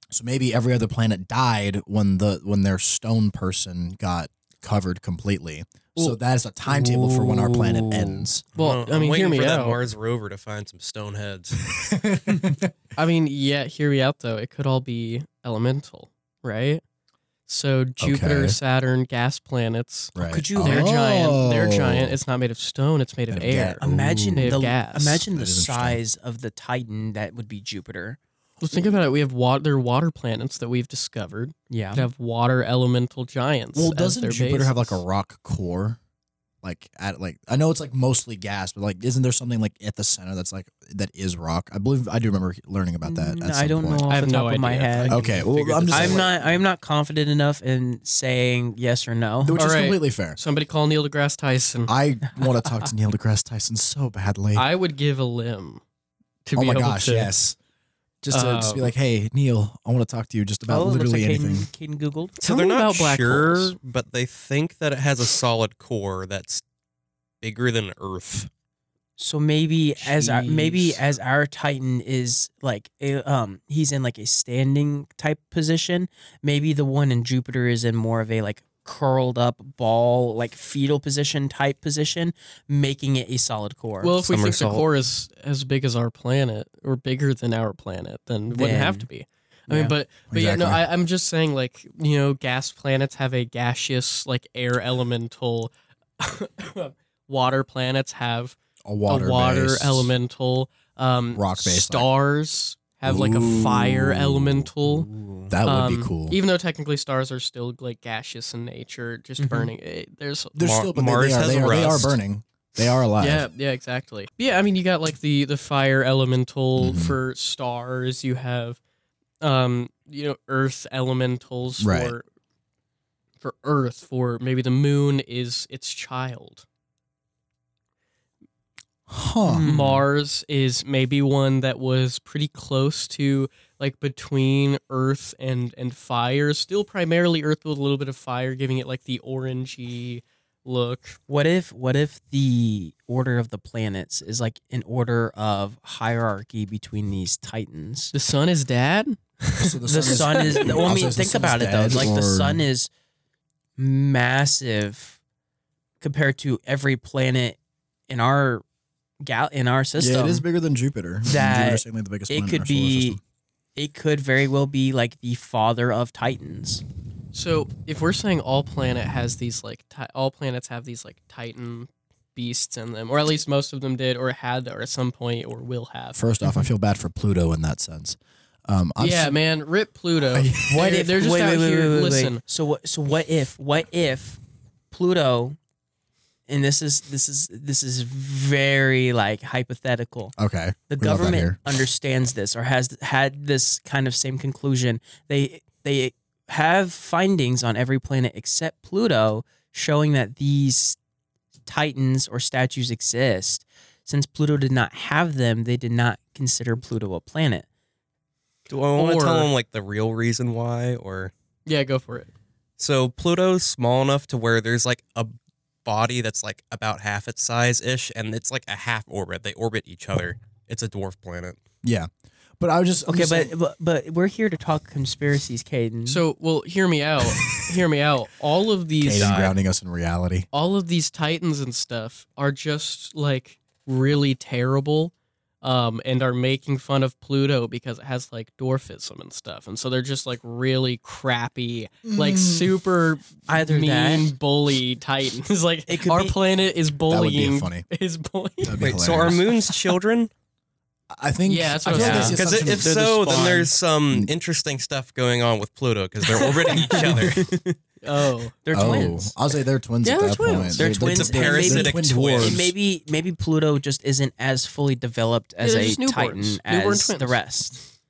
[SPEAKER 8] So maybe every other planet died when the when their stone person got covered completely. So that is a timetable for when our planet
[SPEAKER 9] Ooh.
[SPEAKER 8] ends.
[SPEAKER 7] well,
[SPEAKER 10] I'm
[SPEAKER 7] I mean,
[SPEAKER 10] waiting
[SPEAKER 7] hear me
[SPEAKER 10] for
[SPEAKER 7] out.
[SPEAKER 10] that Mars rover to find some stone heads.
[SPEAKER 7] I mean, yeah, hear me out though. It could all be elemental, right? So Jupiter,
[SPEAKER 8] Okay.
[SPEAKER 7] Saturn, gas planets.
[SPEAKER 8] Right.
[SPEAKER 9] could you-
[SPEAKER 7] They're giant. They're
[SPEAKER 8] Oh.
[SPEAKER 7] giant. It's not made of stone. It's made of
[SPEAKER 8] Made of
[SPEAKER 7] air.
[SPEAKER 8] gas.
[SPEAKER 9] Imagine
[SPEAKER 7] They have
[SPEAKER 9] the
[SPEAKER 7] gas.
[SPEAKER 9] imagine the
[SPEAKER 8] That is interesting.
[SPEAKER 9] size of the Titan that would be Jupiter.
[SPEAKER 7] Well, think about it. We have water. There are water planets that we've discovered
[SPEAKER 9] Yeah.
[SPEAKER 7] that have water elemental giants.
[SPEAKER 8] Well,
[SPEAKER 7] as
[SPEAKER 8] doesn't
[SPEAKER 7] their
[SPEAKER 8] Jupiter have like a
[SPEAKER 7] bases.
[SPEAKER 8] rock core? Like at like I know it's like mostly gas, but like isn't there something like at the center that's like that is rock? I believe I do remember learning about that. At
[SPEAKER 9] Mm, I
[SPEAKER 8] some
[SPEAKER 9] don't
[SPEAKER 8] point.
[SPEAKER 9] know off
[SPEAKER 7] I have
[SPEAKER 9] the top
[SPEAKER 7] no
[SPEAKER 9] of my
[SPEAKER 7] idea.
[SPEAKER 9] head.
[SPEAKER 10] I
[SPEAKER 8] Okay,
[SPEAKER 10] can
[SPEAKER 8] well,
[SPEAKER 10] figure
[SPEAKER 8] I'm
[SPEAKER 10] this
[SPEAKER 8] just-
[SPEAKER 10] out.
[SPEAKER 9] I'm not I'm not confident enough in saying yes or no.
[SPEAKER 8] Which is
[SPEAKER 7] Alright.
[SPEAKER 8] completely fair.
[SPEAKER 7] Somebody call Neil deGrasse Tyson. I,
[SPEAKER 8] I want to talk to Neil deGrasse Tyson so badly.
[SPEAKER 7] would give a limb to
[SPEAKER 8] oh
[SPEAKER 7] be
[SPEAKER 8] my
[SPEAKER 7] able
[SPEAKER 8] gosh,
[SPEAKER 7] to.
[SPEAKER 8] yes. Just to just be
[SPEAKER 7] Um,
[SPEAKER 8] like, hey, Neil, I want to talk to you just about
[SPEAKER 9] oh, looks
[SPEAKER 8] literally
[SPEAKER 9] like Caden,
[SPEAKER 8] anything.
[SPEAKER 9] Caden Googled.
[SPEAKER 10] so
[SPEAKER 7] Tell
[SPEAKER 10] they're
[SPEAKER 7] me
[SPEAKER 10] not
[SPEAKER 7] about black
[SPEAKER 10] sure,
[SPEAKER 7] holes.
[SPEAKER 10] but they think that it has a solid core that's bigger than Earth.
[SPEAKER 9] So maybe as our, maybe
[SPEAKER 7] Jeez.
[SPEAKER 9] as our Titan is like a, um he's in like a standing type position. Maybe the one in Jupiter is in more of a like curled up ball like fetal position type position, making it a solid core.
[SPEAKER 7] Well, if we think the
[SPEAKER 10] Somersault.
[SPEAKER 7] core is as big as our planet or bigger than our planet, then it wouldn't have
[SPEAKER 9] Then-
[SPEAKER 7] to be. I mean,
[SPEAKER 9] yeah.
[SPEAKER 7] but but yeah, no,
[SPEAKER 8] Exactly.
[SPEAKER 7] I, I'm just saying, like you know, gas planets have a gaseous, like air elemental. water planets have
[SPEAKER 8] A water,
[SPEAKER 7] a water
[SPEAKER 8] base.
[SPEAKER 7] elemental. Um,
[SPEAKER 8] Rock-based, like-
[SPEAKER 7] stars have like a fire elemental.
[SPEAKER 8] That would be
[SPEAKER 7] Um,
[SPEAKER 8] cool.
[SPEAKER 7] Even though technically stars are still like gaseous in nature, just burning. eh, there's
[SPEAKER 8] They're
[SPEAKER 10] Mar-
[SPEAKER 8] still, but they-
[SPEAKER 10] Mars
[SPEAKER 8] they, are,
[SPEAKER 10] has
[SPEAKER 8] they, are, they are
[SPEAKER 10] rust.
[SPEAKER 8] burning. They are alive.
[SPEAKER 7] yeah, yeah, exactly. Yeah, I mean, you got like the the fire elemental
[SPEAKER 8] Mhm.
[SPEAKER 7] for stars. You have, um, you know, earth elementals
[SPEAKER 8] Right.
[SPEAKER 7] for for Earth. For maybe the moon is its child.
[SPEAKER 9] Uh-huh.
[SPEAKER 8] Huh.
[SPEAKER 7] Mars is maybe one that was pretty close to like between Earth and and fire. Still primarily Earth with a little bit of fire, giving it like the orangey look.
[SPEAKER 9] What if what if the order of the planets is like an order of hierarchy between these titans?
[SPEAKER 7] The sun is dad.
[SPEAKER 8] So
[SPEAKER 9] The sun is. well, I
[SPEAKER 8] Also,
[SPEAKER 9] mean,
[SPEAKER 8] is the
[SPEAKER 9] think
[SPEAKER 8] sun is
[SPEAKER 9] about it though.
[SPEAKER 8] dead,
[SPEAKER 9] Like the
[SPEAKER 8] or-
[SPEAKER 9] sun is massive compared to every planet in our gal in our system.
[SPEAKER 8] Yeah, it is bigger than Jupiter.
[SPEAKER 9] That
[SPEAKER 8] Jupiter's certainly the biggest
[SPEAKER 9] it
[SPEAKER 8] planet in
[SPEAKER 9] could
[SPEAKER 8] our solar
[SPEAKER 9] be-
[SPEAKER 8] system.
[SPEAKER 9] It could very well be like the father of titans.
[SPEAKER 7] So if we're saying all planet has these like ti- all planets have these like titan beasts in them, or at least most of them did, or had, or at some point, or will have.
[SPEAKER 8] First off, I feel bad for Pluto in that sense. Um, I'm
[SPEAKER 7] yeah,
[SPEAKER 8] s-
[SPEAKER 7] man, rip Pluto.
[SPEAKER 9] What
[SPEAKER 7] they're,
[SPEAKER 9] if
[SPEAKER 7] they're just
[SPEAKER 9] wait,
[SPEAKER 7] out
[SPEAKER 9] wait, wait,
[SPEAKER 7] here?
[SPEAKER 9] wait, wait, wait.
[SPEAKER 7] listen,
[SPEAKER 9] So what? So what if? What if Pluto? And this is this is this is very like hypothetical.
[SPEAKER 8] okay.
[SPEAKER 9] The
[SPEAKER 8] we love that
[SPEAKER 9] government
[SPEAKER 8] here.
[SPEAKER 9] understands this or has had this kind of same conclusion. They they have findings on every planet except Pluto showing that these titans or statues exist. Since Pluto did not have them, they did not consider Pluto a planet.
[SPEAKER 10] Do I want
[SPEAKER 7] Or-
[SPEAKER 10] to tell them like the real reason why, or
[SPEAKER 7] yeah, go for it.
[SPEAKER 10] so Pluto's small enough to where there's like a body that's like about half its size ish, and it's like a half orbit. They orbit each other. It's a dwarf planet.
[SPEAKER 8] Yeah, but I was just I'm
[SPEAKER 9] Okay,
[SPEAKER 8] just saying-
[SPEAKER 9] but, but but we're here to talk conspiracies, Caden.
[SPEAKER 7] So, well, hear me out. hear me out. All of these,
[SPEAKER 8] Kaden grounding us in reality.
[SPEAKER 7] all of these titans and stuff are just like really terrible. Um, and are making fun of Pluto because it has like dwarfism and stuff, and so they're just like really crappy, like super
[SPEAKER 9] either
[SPEAKER 7] mean
[SPEAKER 9] that,
[SPEAKER 7] bully titans. like
[SPEAKER 9] It could
[SPEAKER 7] our
[SPEAKER 9] be-
[SPEAKER 7] planet is
[SPEAKER 8] That would
[SPEAKER 7] bullying.
[SPEAKER 8] be funny.
[SPEAKER 7] Is bullying.
[SPEAKER 8] That'd be
[SPEAKER 10] Wait, so are
[SPEAKER 8] hilarious.
[SPEAKER 10] moons children?
[SPEAKER 8] I think
[SPEAKER 7] Yeah, that's
[SPEAKER 8] I
[SPEAKER 7] what
[SPEAKER 8] feel
[SPEAKER 7] I
[SPEAKER 8] like
[SPEAKER 7] was
[SPEAKER 8] that's the
[SPEAKER 10] Because
[SPEAKER 8] assumption
[SPEAKER 10] if
[SPEAKER 8] of-
[SPEAKER 10] so, then
[SPEAKER 9] spawn.
[SPEAKER 10] there's some interesting stuff going on with Pluto because they're orbiting each other.
[SPEAKER 7] Oh,
[SPEAKER 9] they're
[SPEAKER 8] oh,
[SPEAKER 9] twins.
[SPEAKER 8] I'll say they're twins.
[SPEAKER 7] Yeah,
[SPEAKER 8] at
[SPEAKER 7] they're
[SPEAKER 8] that
[SPEAKER 7] twins.
[SPEAKER 8] Point.
[SPEAKER 9] They're twins,
[SPEAKER 8] They're
[SPEAKER 9] and maybe-
[SPEAKER 10] Parasitic
[SPEAKER 8] twin
[SPEAKER 10] twins.
[SPEAKER 8] dwarves.
[SPEAKER 9] And maybe maybe Pluto just isn't as fully developed as
[SPEAKER 7] Yeah, they're
[SPEAKER 9] a
[SPEAKER 7] just newborns.
[SPEAKER 9] Titan
[SPEAKER 7] Newborn
[SPEAKER 9] as the
[SPEAKER 7] twins.
[SPEAKER 9] rest.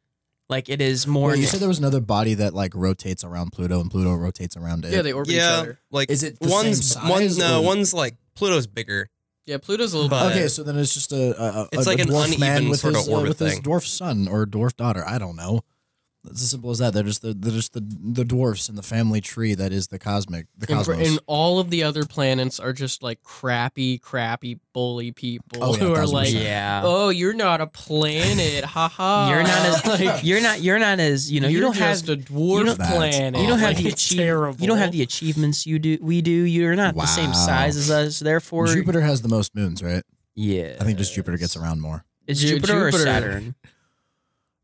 [SPEAKER 9] Like it is more.
[SPEAKER 8] Wait, you said there was another body that like rotates around Pluto, and Pluto rotates around it.
[SPEAKER 7] yeah, they orbit each other.
[SPEAKER 10] like
[SPEAKER 8] Is it the
[SPEAKER 10] one's
[SPEAKER 8] same
[SPEAKER 10] one?
[SPEAKER 8] size,
[SPEAKER 10] No,
[SPEAKER 8] or-
[SPEAKER 10] one's like Pluto's bigger.
[SPEAKER 7] Yeah, Pluto's a little.
[SPEAKER 10] But-
[SPEAKER 7] bit
[SPEAKER 8] Okay, so then it's just a, a a-
[SPEAKER 10] It's
[SPEAKER 8] a
[SPEAKER 10] like an
[SPEAKER 8] dwarf man
[SPEAKER 10] uneven
[SPEAKER 8] with
[SPEAKER 10] sort
[SPEAKER 8] his
[SPEAKER 10] of
[SPEAKER 8] uh,
[SPEAKER 10] orbit
[SPEAKER 8] with his
[SPEAKER 10] thing.
[SPEAKER 8] dwarf son or dwarf daughter. I don't know. It's as simple as that. They're just the they're just the, the dwarfs in the family tree that is the cosmic the
[SPEAKER 7] And, for-
[SPEAKER 8] cosmos.
[SPEAKER 7] and all of the other planets are just like crappy, crappy bully people
[SPEAKER 8] Oh, yeah,
[SPEAKER 7] who are
[SPEAKER 8] 1000%.
[SPEAKER 7] like,
[SPEAKER 9] yeah.
[SPEAKER 7] "Oh, you're not a planet, haha."
[SPEAKER 9] You're not as
[SPEAKER 7] like,
[SPEAKER 9] you're not you're not as you know you
[SPEAKER 7] Oh. you're
[SPEAKER 9] don't have
[SPEAKER 7] just a dwarf
[SPEAKER 9] you don't-
[SPEAKER 7] planet.
[SPEAKER 8] Oh,
[SPEAKER 9] you don't have
[SPEAKER 7] Like,
[SPEAKER 9] the
[SPEAKER 7] it's
[SPEAKER 9] achieve-
[SPEAKER 7] terrible.
[SPEAKER 9] you don't have the achievements you do we do. You're not the same
[SPEAKER 8] Wow.
[SPEAKER 9] size as us. Therefore,
[SPEAKER 8] Jupiter has the most moons, right?
[SPEAKER 9] Yeah,
[SPEAKER 8] I think just Jupiter gets around more.
[SPEAKER 9] It's
[SPEAKER 7] Ju-
[SPEAKER 9] Jupiter, or
[SPEAKER 7] Jupiter.
[SPEAKER 9] Saturn.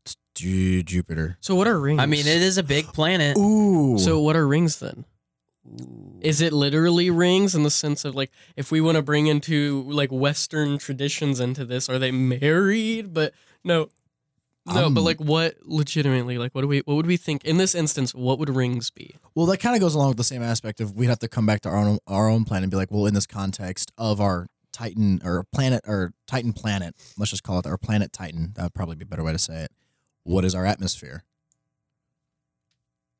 [SPEAKER 8] It's Ju- Jupiter.
[SPEAKER 7] So what are rings?
[SPEAKER 9] I mean, it is a big planet.
[SPEAKER 8] Ooh.
[SPEAKER 7] So what are rings then? Is it literally rings in the sense of like if we want to bring into like Western traditions into this, are they married? But no, no.
[SPEAKER 8] Um,
[SPEAKER 7] but like, what legitimately? Like, what do we? What would we think in this instance? What would rings be?
[SPEAKER 8] well, that kind of goes along with the same aspect of we'd have to come back to our own, our own planet and be like, well, in this context of our Titan or planet or Titan planet, let's just call it our planet Titan. That would probably be a better way to say it. What is our atmosphere?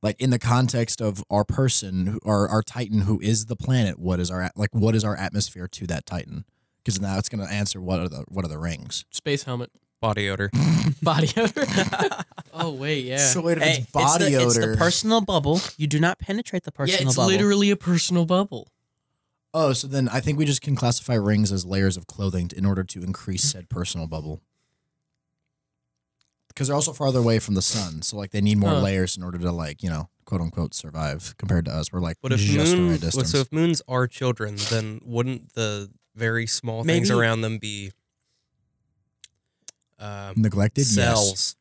[SPEAKER 8] Like in the context of our person, who- or our Titan, who is the planet? What is our at- like? What is our atmosphere to that Titan? Because now it's going to answer what are the what are the rings?
[SPEAKER 7] Space helmet,
[SPEAKER 10] Body odor.
[SPEAKER 7] body odor. oh wait, yeah.
[SPEAKER 8] wait, if
[SPEAKER 9] Hey, it's the, It's the personal bubble. You do not penetrate the
[SPEAKER 7] yeah,
[SPEAKER 9] personal
[SPEAKER 7] it's
[SPEAKER 9] bubble.
[SPEAKER 7] literally a personal bubble.
[SPEAKER 8] Oh, so then I think we just can classify rings as layers of clothing t- in order to increase said personal bubble. Because they're also farther away from the sun, so like they need more
[SPEAKER 7] Huh.
[SPEAKER 8] layers in order to like you know quote unquote survive compared to us. We're like
[SPEAKER 10] But if
[SPEAKER 8] just the
[SPEAKER 10] moon,
[SPEAKER 8] right
[SPEAKER 10] well,
[SPEAKER 8] distance.
[SPEAKER 10] so if moons are children, then wouldn't the very small things
[SPEAKER 9] Maybe-
[SPEAKER 10] around them be um,
[SPEAKER 8] Neglected Yes.
[SPEAKER 10] cells?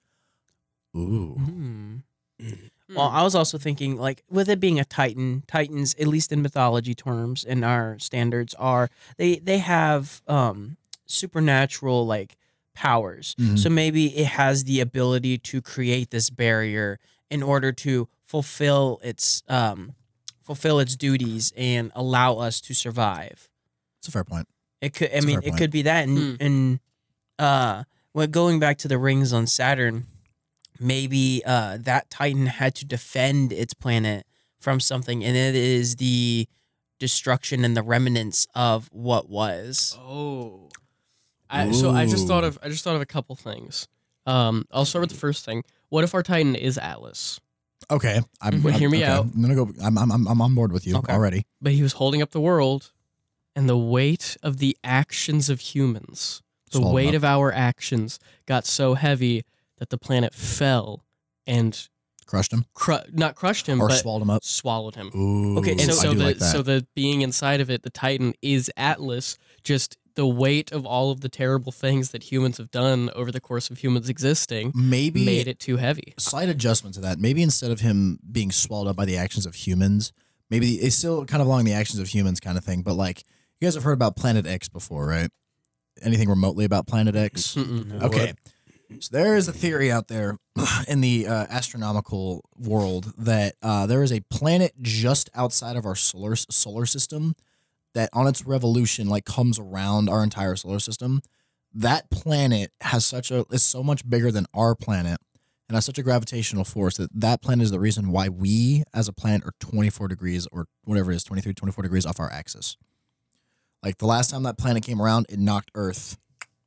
[SPEAKER 8] Ooh,
[SPEAKER 7] Mm-hmm.
[SPEAKER 9] Hmm. Well, I was also thinking, like, with it being a Titan, Titans, at least in mythology terms and our standards, are they they have um supernatural like powers. So maybe it has the ability to create this barrier in order to fulfill its um fulfill its duties and allow us to survive.
[SPEAKER 8] It's a fair point.
[SPEAKER 9] It could. I
[SPEAKER 8] It's a
[SPEAKER 9] mean,
[SPEAKER 8] fair
[SPEAKER 9] it
[SPEAKER 8] point.
[SPEAKER 9] could be that, and
[SPEAKER 7] Hmm.
[SPEAKER 9] and uh, well, going back to the rings on Saturn, maybe uh, that Titan had to defend its planet from something, and it is the destruction and the remnants of what was.
[SPEAKER 7] Oh. I, so I just thought
[SPEAKER 8] Ooh.
[SPEAKER 7] of I just thought of a couple things. Um, I'll start with the first thing. What if our Titan is Atlas,
[SPEAKER 8] Okay, I'm,
[SPEAKER 7] Well,
[SPEAKER 8] I'm-
[SPEAKER 7] Mm-hmm. hear me
[SPEAKER 8] okay.
[SPEAKER 7] out.
[SPEAKER 8] I'm gonna go. I'm I'm I'm on board with you
[SPEAKER 9] Okay.
[SPEAKER 8] already.
[SPEAKER 7] but he was holding up the world, and the weight of the actions of humans, the
[SPEAKER 8] Swallowed
[SPEAKER 7] weight
[SPEAKER 8] up.
[SPEAKER 7] of our actions, got so heavy that the planet fell and
[SPEAKER 8] Crushed him
[SPEAKER 7] cru- not crushed him,
[SPEAKER 8] or
[SPEAKER 7] but
[SPEAKER 8] swallowed him up.
[SPEAKER 7] swallowed him.
[SPEAKER 8] Ooh,
[SPEAKER 9] Okay,
[SPEAKER 7] And
[SPEAKER 9] Ooh,
[SPEAKER 8] I
[SPEAKER 7] so
[SPEAKER 8] do
[SPEAKER 7] the
[SPEAKER 8] like that.
[SPEAKER 7] so the being inside of it, the Titan is Atlas. Just the weight of all of the terrible things that humans have done over the course of humans existing
[SPEAKER 8] maybe
[SPEAKER 7] made it too heavy.
[SPEAKER 8] slight adjustment to that. Maybe instead of him being swallowed up by the actions of humans, maybe it's still kind of along the actions of humans kind of thing. But like you guys have heard about Planet X before, right? Anything remotely about Planet X? Okay. So there is a theory out there in the uh, astronomical world that uh, there is a planet just outside of our solar solar system that on its revolution like comes around our entire solar system. That planet has such a is so much bigger than our planet and has such a gravitational force that that planet is the reason why we as a planet are 24 degrees or whatever it is 23 24 degrees off our axis. Like the last time that planet came around it knocked Earth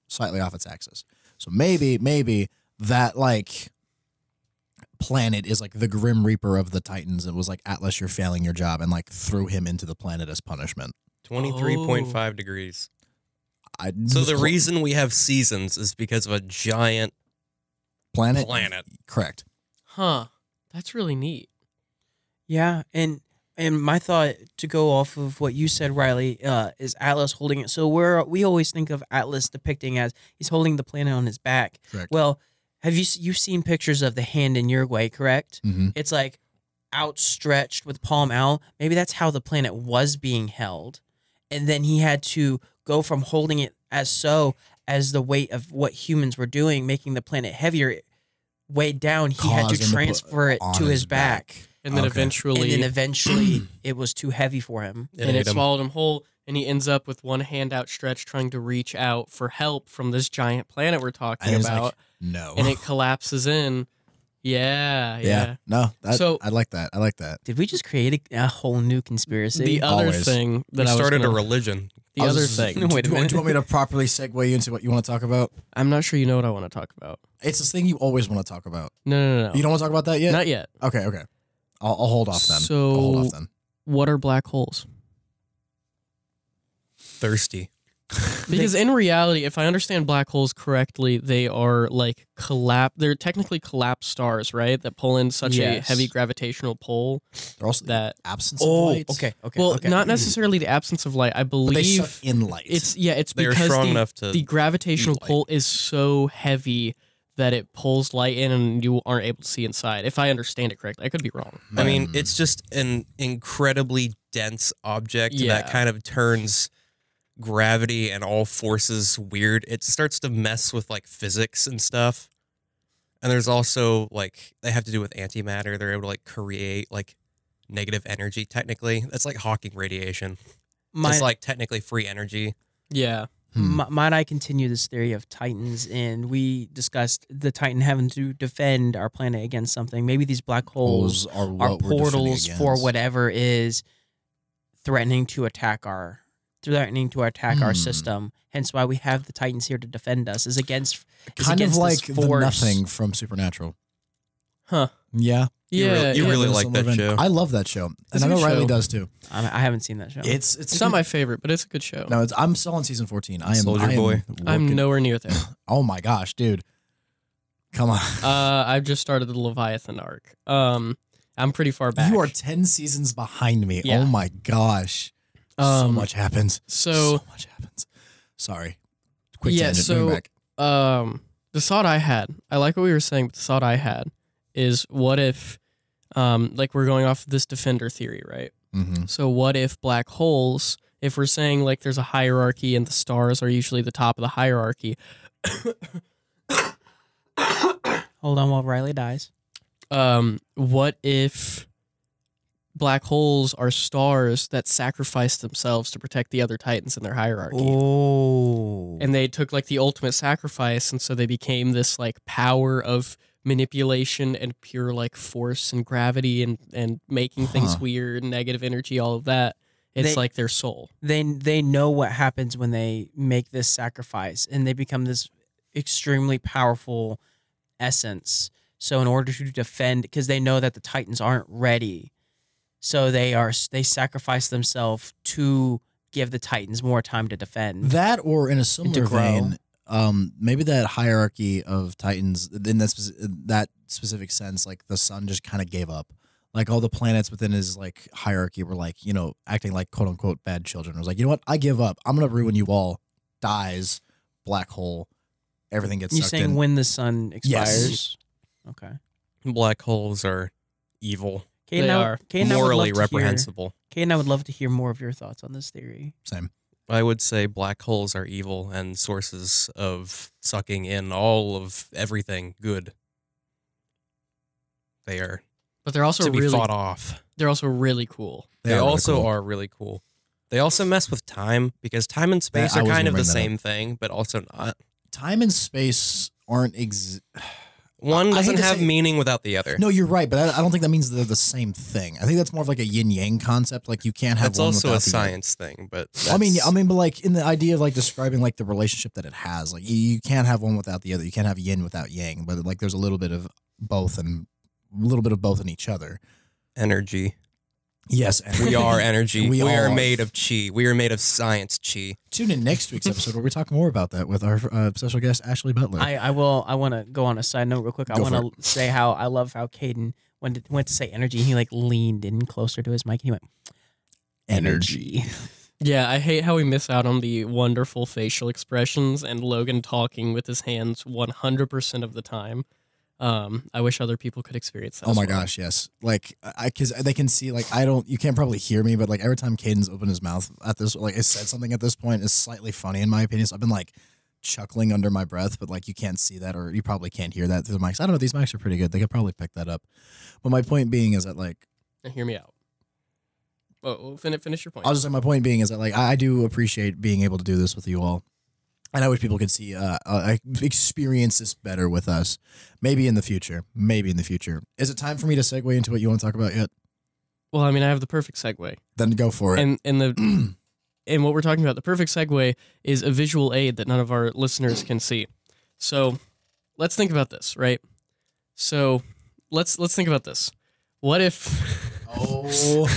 [SPEAKER 8] slightly off its axis. So maybe, maybe that like planet is like the grim reaper of the titans it was like atlas you're failing your job and like threw him into the planet as punishment
[SPEAKER 10] Twenty-three point five degrees.
[SPEAKER 8] I,
[SPEAKER 10] So the reason we have seasons is because of a giant
[SPEAKER 8] planet
[SPEAKER 10] planet.
[SPEAKER 8] correct
[SPEAKER 7] Huh. That's really neat.
[SPEAKER 9] Yeah, and and my thought to go off of what you said, Riley, uh, is Atlas holding it. So we're we always think of Atlas depicting as he's holding the planet on his back.
[SPEAKER 8] Correct.
[SPEAKER 9] Well, have you s- you've seen pictures of the hand in Uruguay? Correct.
[SPEAKER 8] Mhm.
[SPEAKER 9] It's like outstretched with palm out. Maybe that's how the planet was being held, and then he had to go from holding it as so as the weight of what humans were doing, making the planet heavier, weighed down. He had to
[SPEAKER 8] Caused him to put
[SPEAKER 9] transfer it
[SPEAKER 8] on
[SPEAKER 9] to his back
[SPEAKER 7] And then
[SPEAKER 8] Okay.
[SPEAKER 7] eventually
[SPEAKER 9] and then eventually it was too heavy for him.
[SPEAKER 10] It
[SPEAKER 7] and
[SPEAKER 10] ate
[SPEAKER 7] it
[SPEAKER 10] 'em.
[SPEAKER 7] swallowed him whole and he ends up with one hand outstretched trying to reach out for help from this giant planet we're talking
[SPEAKER 8] And he's like,
[SPEAKER 7] about
[SPEAKER 8] no
[SPEAKER 7] and it collapses in. Yeah,
[SPEAKER 8] yeah.
[SPEAKER 7] yeah.
[SPEAKER 8] no that,
[SPEAKER 7] So-
[SPEAKER 8] i like that i like that
[SPEAKER 9] Did we just create a, a whole new conspiracy?
[SPEAKER 7] The uh, other
[SPEAKER 8] Always.
[SPEAKER 7] thing
[SPEAKER 10] We
[SPEAKER 7] that I was
[SPEAKER 10] started
[SPEAKER 7] gonna-
[SPEAKER 10] a religion.
[SPEAKER 7] the
[SPEAKER 8] I was
[SPEAKER 7] other
[SPEAKER 8] just-
[SPEAKER 7] thing
[SPEAKER 8] do,
[SPEAKER 9] Wait a
[SPEAKER 8] you want-
[SPEAKER 9] minute.
[SPEAKER 8] do you want me to properly segue you into what you want to talk about
[SPEAKER 7] I'm not sure you know what I want to talk about.
[SPEAKER 8] it's this thing you always want to talk about
[SPEAKER 7] No, no, no, no.
[SPEAKER 8] you don't want to talk about that yet
[SPEAKER 7] Not yet.
[SPEAKER 8] okay okay I'll, I'll hold off then
[SPEAKER 7] So-
[SPEAKER 8] I'll hold off then
[SPEAKER 7] What are black holes?
[SPEAKER 10] Thirsty.
[SPEAKER 7] Because in reality, if I understand black holes correctly, they are like collapse. They're technically collapsed stars, right? That pull in such
[SPEAKER 9] Yes.
[SPEAKER 7] a heavy gravitational pull
[SPEAKER 8] they're also the
[SPEAKER 7] that.
[SPEAKER 8] absence
[SPEAKER 9] oh,
[SPEAKER 8] of light
[SPEAKER 9] okay, okay.
[SPEAKER 7] well,
[SPEAKER 9] okay.
[SPEAKER 10] Mm.
[SPEAKER 7] not necessarily the absence of light. I
[SPEAKER 8] but they suck
[SPEAKER 7] believe
[SPEAKER 8] in light
[SPEAKER 7] it's yeah. It's
[SPEAKER 10] They are
[SPEAKER 7] because
[SPEAKER 10] strong
[SPEAKER 7] the,
[SPEAKER 10] enough to
[SPEAKER 7] the gravitational
[SPEAKER 10] light.
[SPEAKER 7] pull is so heavy that it pulls light in and you aren't able to see inside. If I understand it correctly, I could be wrong.
[SPEAKER 10] I mean,
[SPEAKER 8] Hmm.
[SPEAKER 10] it's just an incredibly dense object that
[SPEAKER 7] Yeah.
[SPEAKER 10] kind of turns gravity and all forces weird. It starts to mess with like physics and stuff. And there's also like they have to do with antimatter. They're able to like create like negative energy technically. That's like Hawking radiation.
[SPEAKER 9] might,
[SPEAKER 10] it's like technically free energy.
[SPEAKER 7] Yeah.
[SPEAKER 8] hmm.
[SPEAKER 9] mi- might I continue this theory of Titans? And we discussed the Titan having to defend our planet against something. Maybe these black
[SPEAKER 8] holes
[SPEAKER 9] holes,
[SPEAKER 8] are
[SPEAKER 9] are
[SPEAKER 8] what we're defending
[SPEAKER 9] portals for
[SPEAKER 8] against.
[SPEAKER 9] whatever is threatening to attack our threatening to attack our
[SPEAKER 8] Hmm.
[SPEAKER 9] system. Hence why we have the Titans here to defend us. Is against is
[SPEAKER 8] kind of
[SPEAKER 9] against
[SPEAKER 8] like
[SPEAKER 9] this
[SPEAKER 8] the
[SPEAKER 9] force.
[SPEAKER 8] nothing from Supernatural.
[SPEAKER 7] Huh.
[SPEAKER 8] Yeah,
[SPEAKER 10] You
[SPEAKER 7] Yeah.
[SPEAKER 10] really- you
[SPEAKER 7] yeah.
[SPEAKER 10] really
[SPEAKER 8] Dennis
[SPEAKER 10] like that
[SPEAKER 8] O'Leary.
[SPEAKER 10] show.
[SPEAKER 8] I love that show,
[SPEAKER 7] It's
[SPEAKER 8] and I
[SPEAKER 7] a
[SPEAKER 8] know
[SPEAKER 7] good
[SPEAKER 8] Riley
[SPEAKER 7] show.
[SPEAKER 8] does too.
[SPEAKER 9] I, I haven't seen that show.
[SPEAKER 8] It's it's
[SPEAKER 7] It's not my favorite, but it's a good show.
[SPEAKER 8] no. It's, I'm still on season fourteen. I am
[SPEAKER 10] Soldier
[SPEAKER 8] I am
[SPEAKER 10] Boy.
[SPEAKER 7] I'm
[SPEAKER 8] working-
[SPEAKER 7] nowhere near there.
[SPEAKER 8] Oh my gosh, dude! Come on,
[SPEAKER 7] Uh, I've just started the Leviathan arc. Um, I'm pretty far back.
[SPEAKER 8] you are ten seasons behind me.
[SPEAKER 7] Yeah.
[SPEAKER 8] Oh my gosh, so
[SPEAKER 7] Um,
[SPEAKER 8] much happens.
[SPEAKER 7] so,
[SPEAKER 8] so much happens. Sorry, quick
[SPEAKER 7] Yeah,
[SPEAKER 8] tangent.
[SPEAKER 7] so-
[SPEAKER 8] Bring back.
[SPEAKER 7] um, the thought I had, I like what we were saying, but the thought I had is, what if, um, like we're going off of this defender theory, right?
[SPEAKER 8] Mhm.
[SPEAKER 7] So what if black holes? If we're saying like there's a hierarchy and the stars are usually the top of the hierarchy,
[SPEAKER 9] Hold on while Riley dies.
[SPEAKER 7] um, what if black holes are stars that sacrifice themselves to protect the other titans in their hierarchy?
[SPEAKER 9] Oh.
[SPEAKER 7] And they took like the ultimate sacrifice, and so they became this like power of manipulation and pure like force and gravity and and making things
[SPEAKER 8] Huh.
[SPEAKER 7] weird, negative energy, all of that. It's
[SPEAKER 9] They-
[SPEAKER 7] like their soul.
[SPEAKER 9] they they know what happens when they make this sacrifice and they become this extremely powerful essence so in order to defend because they know that the titans aren't ready so they are they sacrifice themselves to give the titans more time to defend
[SPEAKER 8] That or in a similar
[SPEAKER 9] grow.
[SPEAKER 8] vein, um, maybe that hierarchy of titans in that spec- that specific sense, like the sun just kind of gave up. Like all the planets within his like hierarchy were like you know acting like quote unquote bad children. It was like you know what I give up. I'm gonna ruin you all. Dies, black hole, everything gets
[SPEAKER 9] you
[SPEAKER 8] sucked
[SPEAKER 9] saying
[SPEAKER 8] in.
[SPEAKER 9] when the sun
[SPEAKER 8] Yes.
[SPEAKER 9] expires okay
[SPEAKER 10] Black holes are evil,
[SPEAKER 9] Kate
[SPEAKER 7] They
[SPEAKER 9] and I,
[SPEAKER 7] are
[SPEAKER 9] Kate and I would love
[SPEAKER 10] morally
[SPEAKER 9] to hear-
[SPEAKER 10] reprehensible.
[SPEAKER 9] Kate and I would love to hear more of your thoughts on this theory.
[SPEAKER 8] Same.
[SPEAKER 10] I would say black holes are evil and sources of sucking in all of everything good. They are
[SPEAKER 7] But they're also
[SPEAKER 10] to be
[SPEAKER 7] really
[SPEAKER 10] fought off.
[SPEAKER 7] they're also really cool.
[SPEAKER 10] They,
[SPEAKER 8] really
[SPEAKER 10] also
[SPEAKER 8] cool.
[SPEAKER 10] are really cool. They also mess with time because time and space
[SPEAKER 8] I
[SPEAKER 10] are
[SPEAKER 8] was
[SPEAKER 10] kind
[SPEAKER 8] gonna
[SPEAKER 10] of the
[SPEAKER 8] bring that up.
[SPEAKER 10] same thing, but also not.
[SPEAKER 8] Time and space aren't ex. I-
[SPEAKER 10] One
[SPEAKER 8] I hate
[SPEAKER 10] doesn't
[SPEAKER 8] to
[SPEAKER 10] have
[SPEAKER 8] say-
[SPEAKER 10] meaning without the other.
[SPEAKER 8] No, you're right, but I, I don't think that means they're the same thing. I think that's more of like a yin yang concept. Like you can't have
[SPEAKER 10] that's
[SPEAKER 8] one
[SPEAKER 10] also
[SPEAKER 8] without
[SPEAKER 10] a
[SPEAKER 8] the other.
[SPEAKER 10] science thing, but
[SPEAKER 8] I mean,
[SPEAKER 10] that's-
[SPEAKER 8] I mean, but like in the idea of like describing like the relationship that it has, like you, you can't have one without the other. You can't have yin without yang, but like there's a little bit of both and a little bit of both in each other.
[SPEAKER 10] energy.
[SPEAKER 8] Yes, and
[SPEAKER 10] We are energy.
[SPEAKER 8] We
[SPEAKER 10] we are
[SPEAKER 8] are.
[SPEAKER 10] made of chi. We are made of science chi.
[SPEAKER 8] Tune in next week's episode where we talk more about that with our uh, special guest Ashley Butler.
[SPEAKER 9] I, I will. I want to go on a side note real quick. I
[SPEAKER 8] Go
[SPEAKER 9] want to say how I love how Caden when to, went to say energy. He like leaned in closer to his mic. And he went energy.
[SPEAKER 7] Yeah, I hate how we miss out on the wonderful facial expressions and Logan talking with his hands 100% of the time. Um, I wish other people could experience that.
[SPEAKER 8] Oh
[SPEAKER 7] as
[SPEAKER 8] my
[SPEAKER 7] well.
[SPEAKER 8] gosh, yes. Like, I, cause they can see, like, I don't, you can't probably hear me, but like every time Caden's opened his mouth at this, like, it said something at this point is slightly funny in my opinion. So I've been like chuckling under my breath, but like you can't see that or you probably can't hear that through the mics. I don't know. These mics are pretty good. They could probably pick that up. But my point being is that, like,
[SPEAKER 7] Now hear me out. Oh, well, fin- finish your point.
[SPEAKER 8] I was just like, my point being is that, like, I, I do appreciate being able to do this with you all. And I wish people could see, uh, uh, experience this better with us. Maybe in the future. Maybe in the future. Is it time for me to segue into what you want to talk about yet?
[SPEAKER 7] well, I mean, I have the perfect segue.
[SPEAKER 8] Then go for it.
[SPEAKER 7] And and the and what we're talking about, the perfect segue is a visual aid that none of our listeners can see. So let's think about this, right? So let's let's think about this. What if
[SPEAKER 8] Oh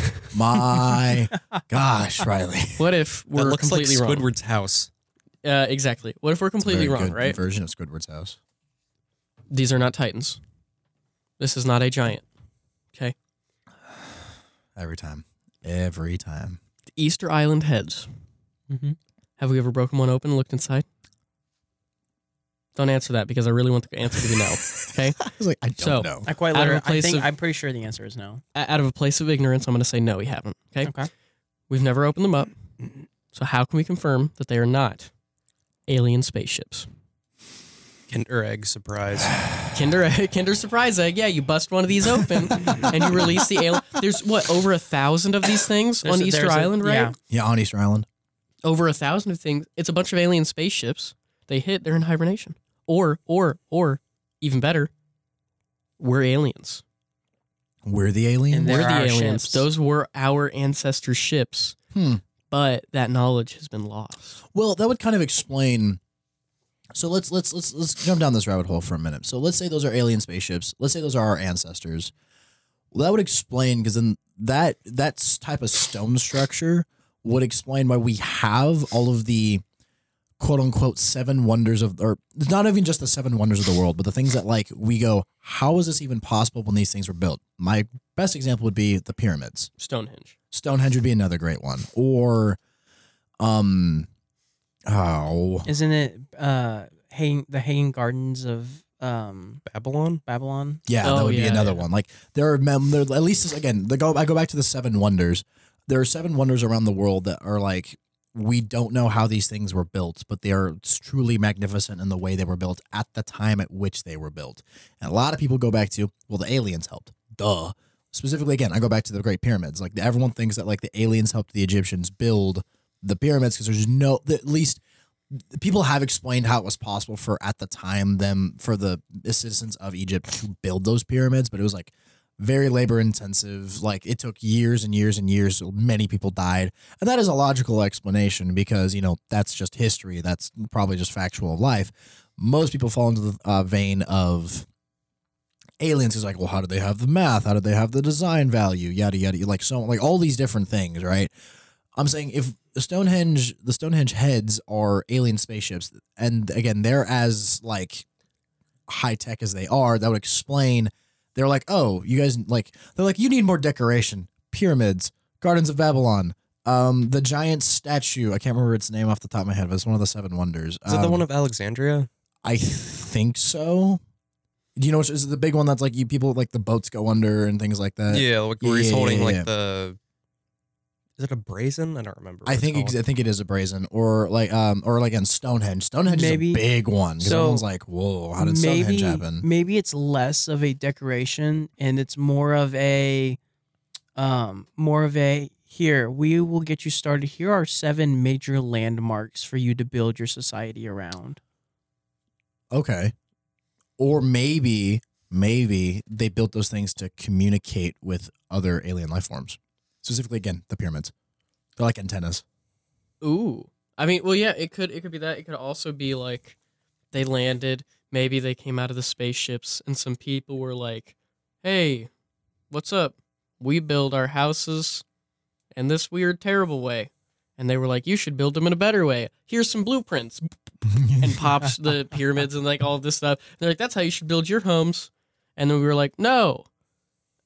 [SPEAKER 8] my gosh, Riley.
[SPEAKER 7] what if
[SPEAKER 10] that
[SPEAKER 7] we're
[SPEAKER 10] looks like
[SPEAKER 7] completely wrong?
[SPEAKER 10] Squidward's house.
[SPEAKER 7] Uh, exactly. What if we're completely
[SPEAKER 8] Very
[SPEAKER 7] wrong,
[SPEAKER 8] good
[SPEAKER 7] right?
[SPEAKER 8] Version of Squidward's house.
[SPEAKER 7] These are not titans. This is not a giant. Okay.
[SPEAKER 8] Every time. Every time.
[SPEAKER 7] The Easter Island heads.
[SPEAKER 9] Mhm.
[SPEAKER 7] Have we ever broken one open and looked inside? Don't answer that because I really want the answer to be no. Okay.
[SPEAKER 8] I was like, I don't
[SPEAKER 7] So,
[SPEAKER 8] know.
[SPEAKER 9] I quite
[SPEAKER 7] Out of
[SPEAKER 9] literally. I
[SPEAKER 7] place
[SPEAKER 9] think
[SPEAKER 7] of-
[SPEAKER 9] I'm pretty sure the answer is no.
[SPEAKER 7] O- Out of a place of ignorance, I'm going to say no, we haven't. Okay.
[SPEAKER 9] Okay.
[SPEAKER 7] We've never opened them up. So, how can we confirm that they are not alien spaceships?
[SPEAKER 10] Kinder egg surprise.
[SPEAKER 7] Kinder, Kinder Surprise Egg. Yeah, you bust one of these open and you release the alien. There's what, over a thousand of these things
[SPEAKER 9] There's
[SPEAKER 7] on
[SPEAKER 9] a-
[SPEAKER 7] Easter
[SPEAKER 9] there's a-
[SPEAKER 7] Island, right?
[SPEAKER 9] yeah.
[SPEAKER 8] Yeah, on Easter Island.
[SPEAKER 7] over a thousand of things. It's a bunch of alien spaceships. They hit. They're in hibernation. Or, or, or, even better, we're aliens.
[SPEAKER 8] We're the alien.
[SPEAKER 9] And
[SPEAKER 7] we're
[SPEAKER 9] they're
[SPEAKER 7] the
[SPEAKER 9] our
[SPEAKER 7] aliens.
[SPEAKER 9] ships.
[SPEAKER 7] Those were our ancestors' ships.
[SPEAKER 8] Hmm.
[SPEAKER 7] But that knowledge has been lost.
[SPEAKER 8] Well, that would kind of explain. So let's let's let's let's jump down this rabbit hole for a minute. So let's say those are alien spaceships. Let's say those are our ancestors. Well, that would explain because then that that s- type of stone structure would explain why we have all of the quote unquote seven wonders of or not even just the seven wonders of the world, but the things that like we go, how is this even possible when these things were built? My best example would be the pyramids.
[SPEAKER 7] Stonehenge.
[SPEAKER 8] Stonehenge would be another great one. Or um oh
[SPEAKER 9] Isn't it uh hanging the hanging gardens of um
[SPEAKER 10] Babylon?
[SPEAKER 9] Babylon?
[SPEAKER 8] Yeah, that
[SPEAKER 7] Oh,
[SPEAKER 8] would be
[SPEAKER 7] yeah,
[SPEAKER 8] another
[SPEAKER 7] yeah.
[SPEAKER 8] one. Like there are mem- there, at least this, again, the go I go back to the seven wonders. There are seven wonders around the world that are like we don't know how these things were built, but they are truly magnificent in the way they were built at the time at which they were built. And a lot of people go back to, well, the aliens helped. Duh. Specifically, again, I go back to the Great Pyramids. Like everyone thinks that like the aliens helped the Egyptians build the pyramids because there's no at least people have explained how it was possible for at the time them for the citizens of Egypt to build those pyramids, but it was like very labor intensive. Like it took years and years and years. Many people died, and that is a logical explanation because you know that's just history. That's probably just factual of life. Most people fall into the uh, vein of aliens is like, well, how did they have the math? How did they have the design value? Yada yada. Like so, like all these different things, right? I'm saying if the Stonehenge, the Stonehenge heads are alien spaceships, and again, they're as like high tech as they are, that would explain. They're like, oh, you guys like, they're like, you need more decoration, pyramids, Gardens of Babylon, um, the giant statue. I can't remember its name off the top of my head, but it's one of the seven wonders.
[SPEAKER 10] Is that the
[SPEAKER 8] Um,
[SPEAKER 10] one of Alexandria?
[SPEAKER 8] I think so. Do you know which is it the big one that's like you people like the boats go under and things like that?
[SPEAKER 10] yeah, like where he's
[SPEAKER 8] yeah,
[SPEAKER 10] holding
[SPEAKER 8] yeah,
[SPEAKER 10] like
[SPEAKER 8] yeah.
[SPEAKER 10] the. Is it a brazen? I don't remember.
[SPEAKER 8] I
[SPEAKER 10] what it's
[SPEAKER 8] think ex-
[SPEAKER 10] called.
[SPEAKER 8] I think it is a brazen or like um or like in Stonehenge. Stonehenge
[SPEAKER 9] Maybe.
[SPEAKER 8] is a big one. 'cause
[SPEAKER 9] So,
[SPEAKER 8] everyone's like, whoa, how did
[SPEAKER 9] maybe
[SPEAKER 8] Stonehenge happen?
[SPEAKER 9] maybe it's less of a decoration and it's more of a um more of a here we will get you started here are seven major landmarks for you to build your society around
[SPEAKER 8] Okay. Or maybe maybe they built those things to communicate with other alien life forms. Specifically, again, the pyramids. They're like antennas.
[SPEAKER 7] Ooh. I mean, well, yeah, it could it could be that. It could also be like they landed, maybe they came out of the spaceships and some people were like, "Hey, what's up? We build our houses in this weird terrible way." And they were like, "You should build them in a better way. Here's some blueprints." and pops the pyramids and like all this stuff. And they're like, "That's how you should build your homes." And then we were like, "No."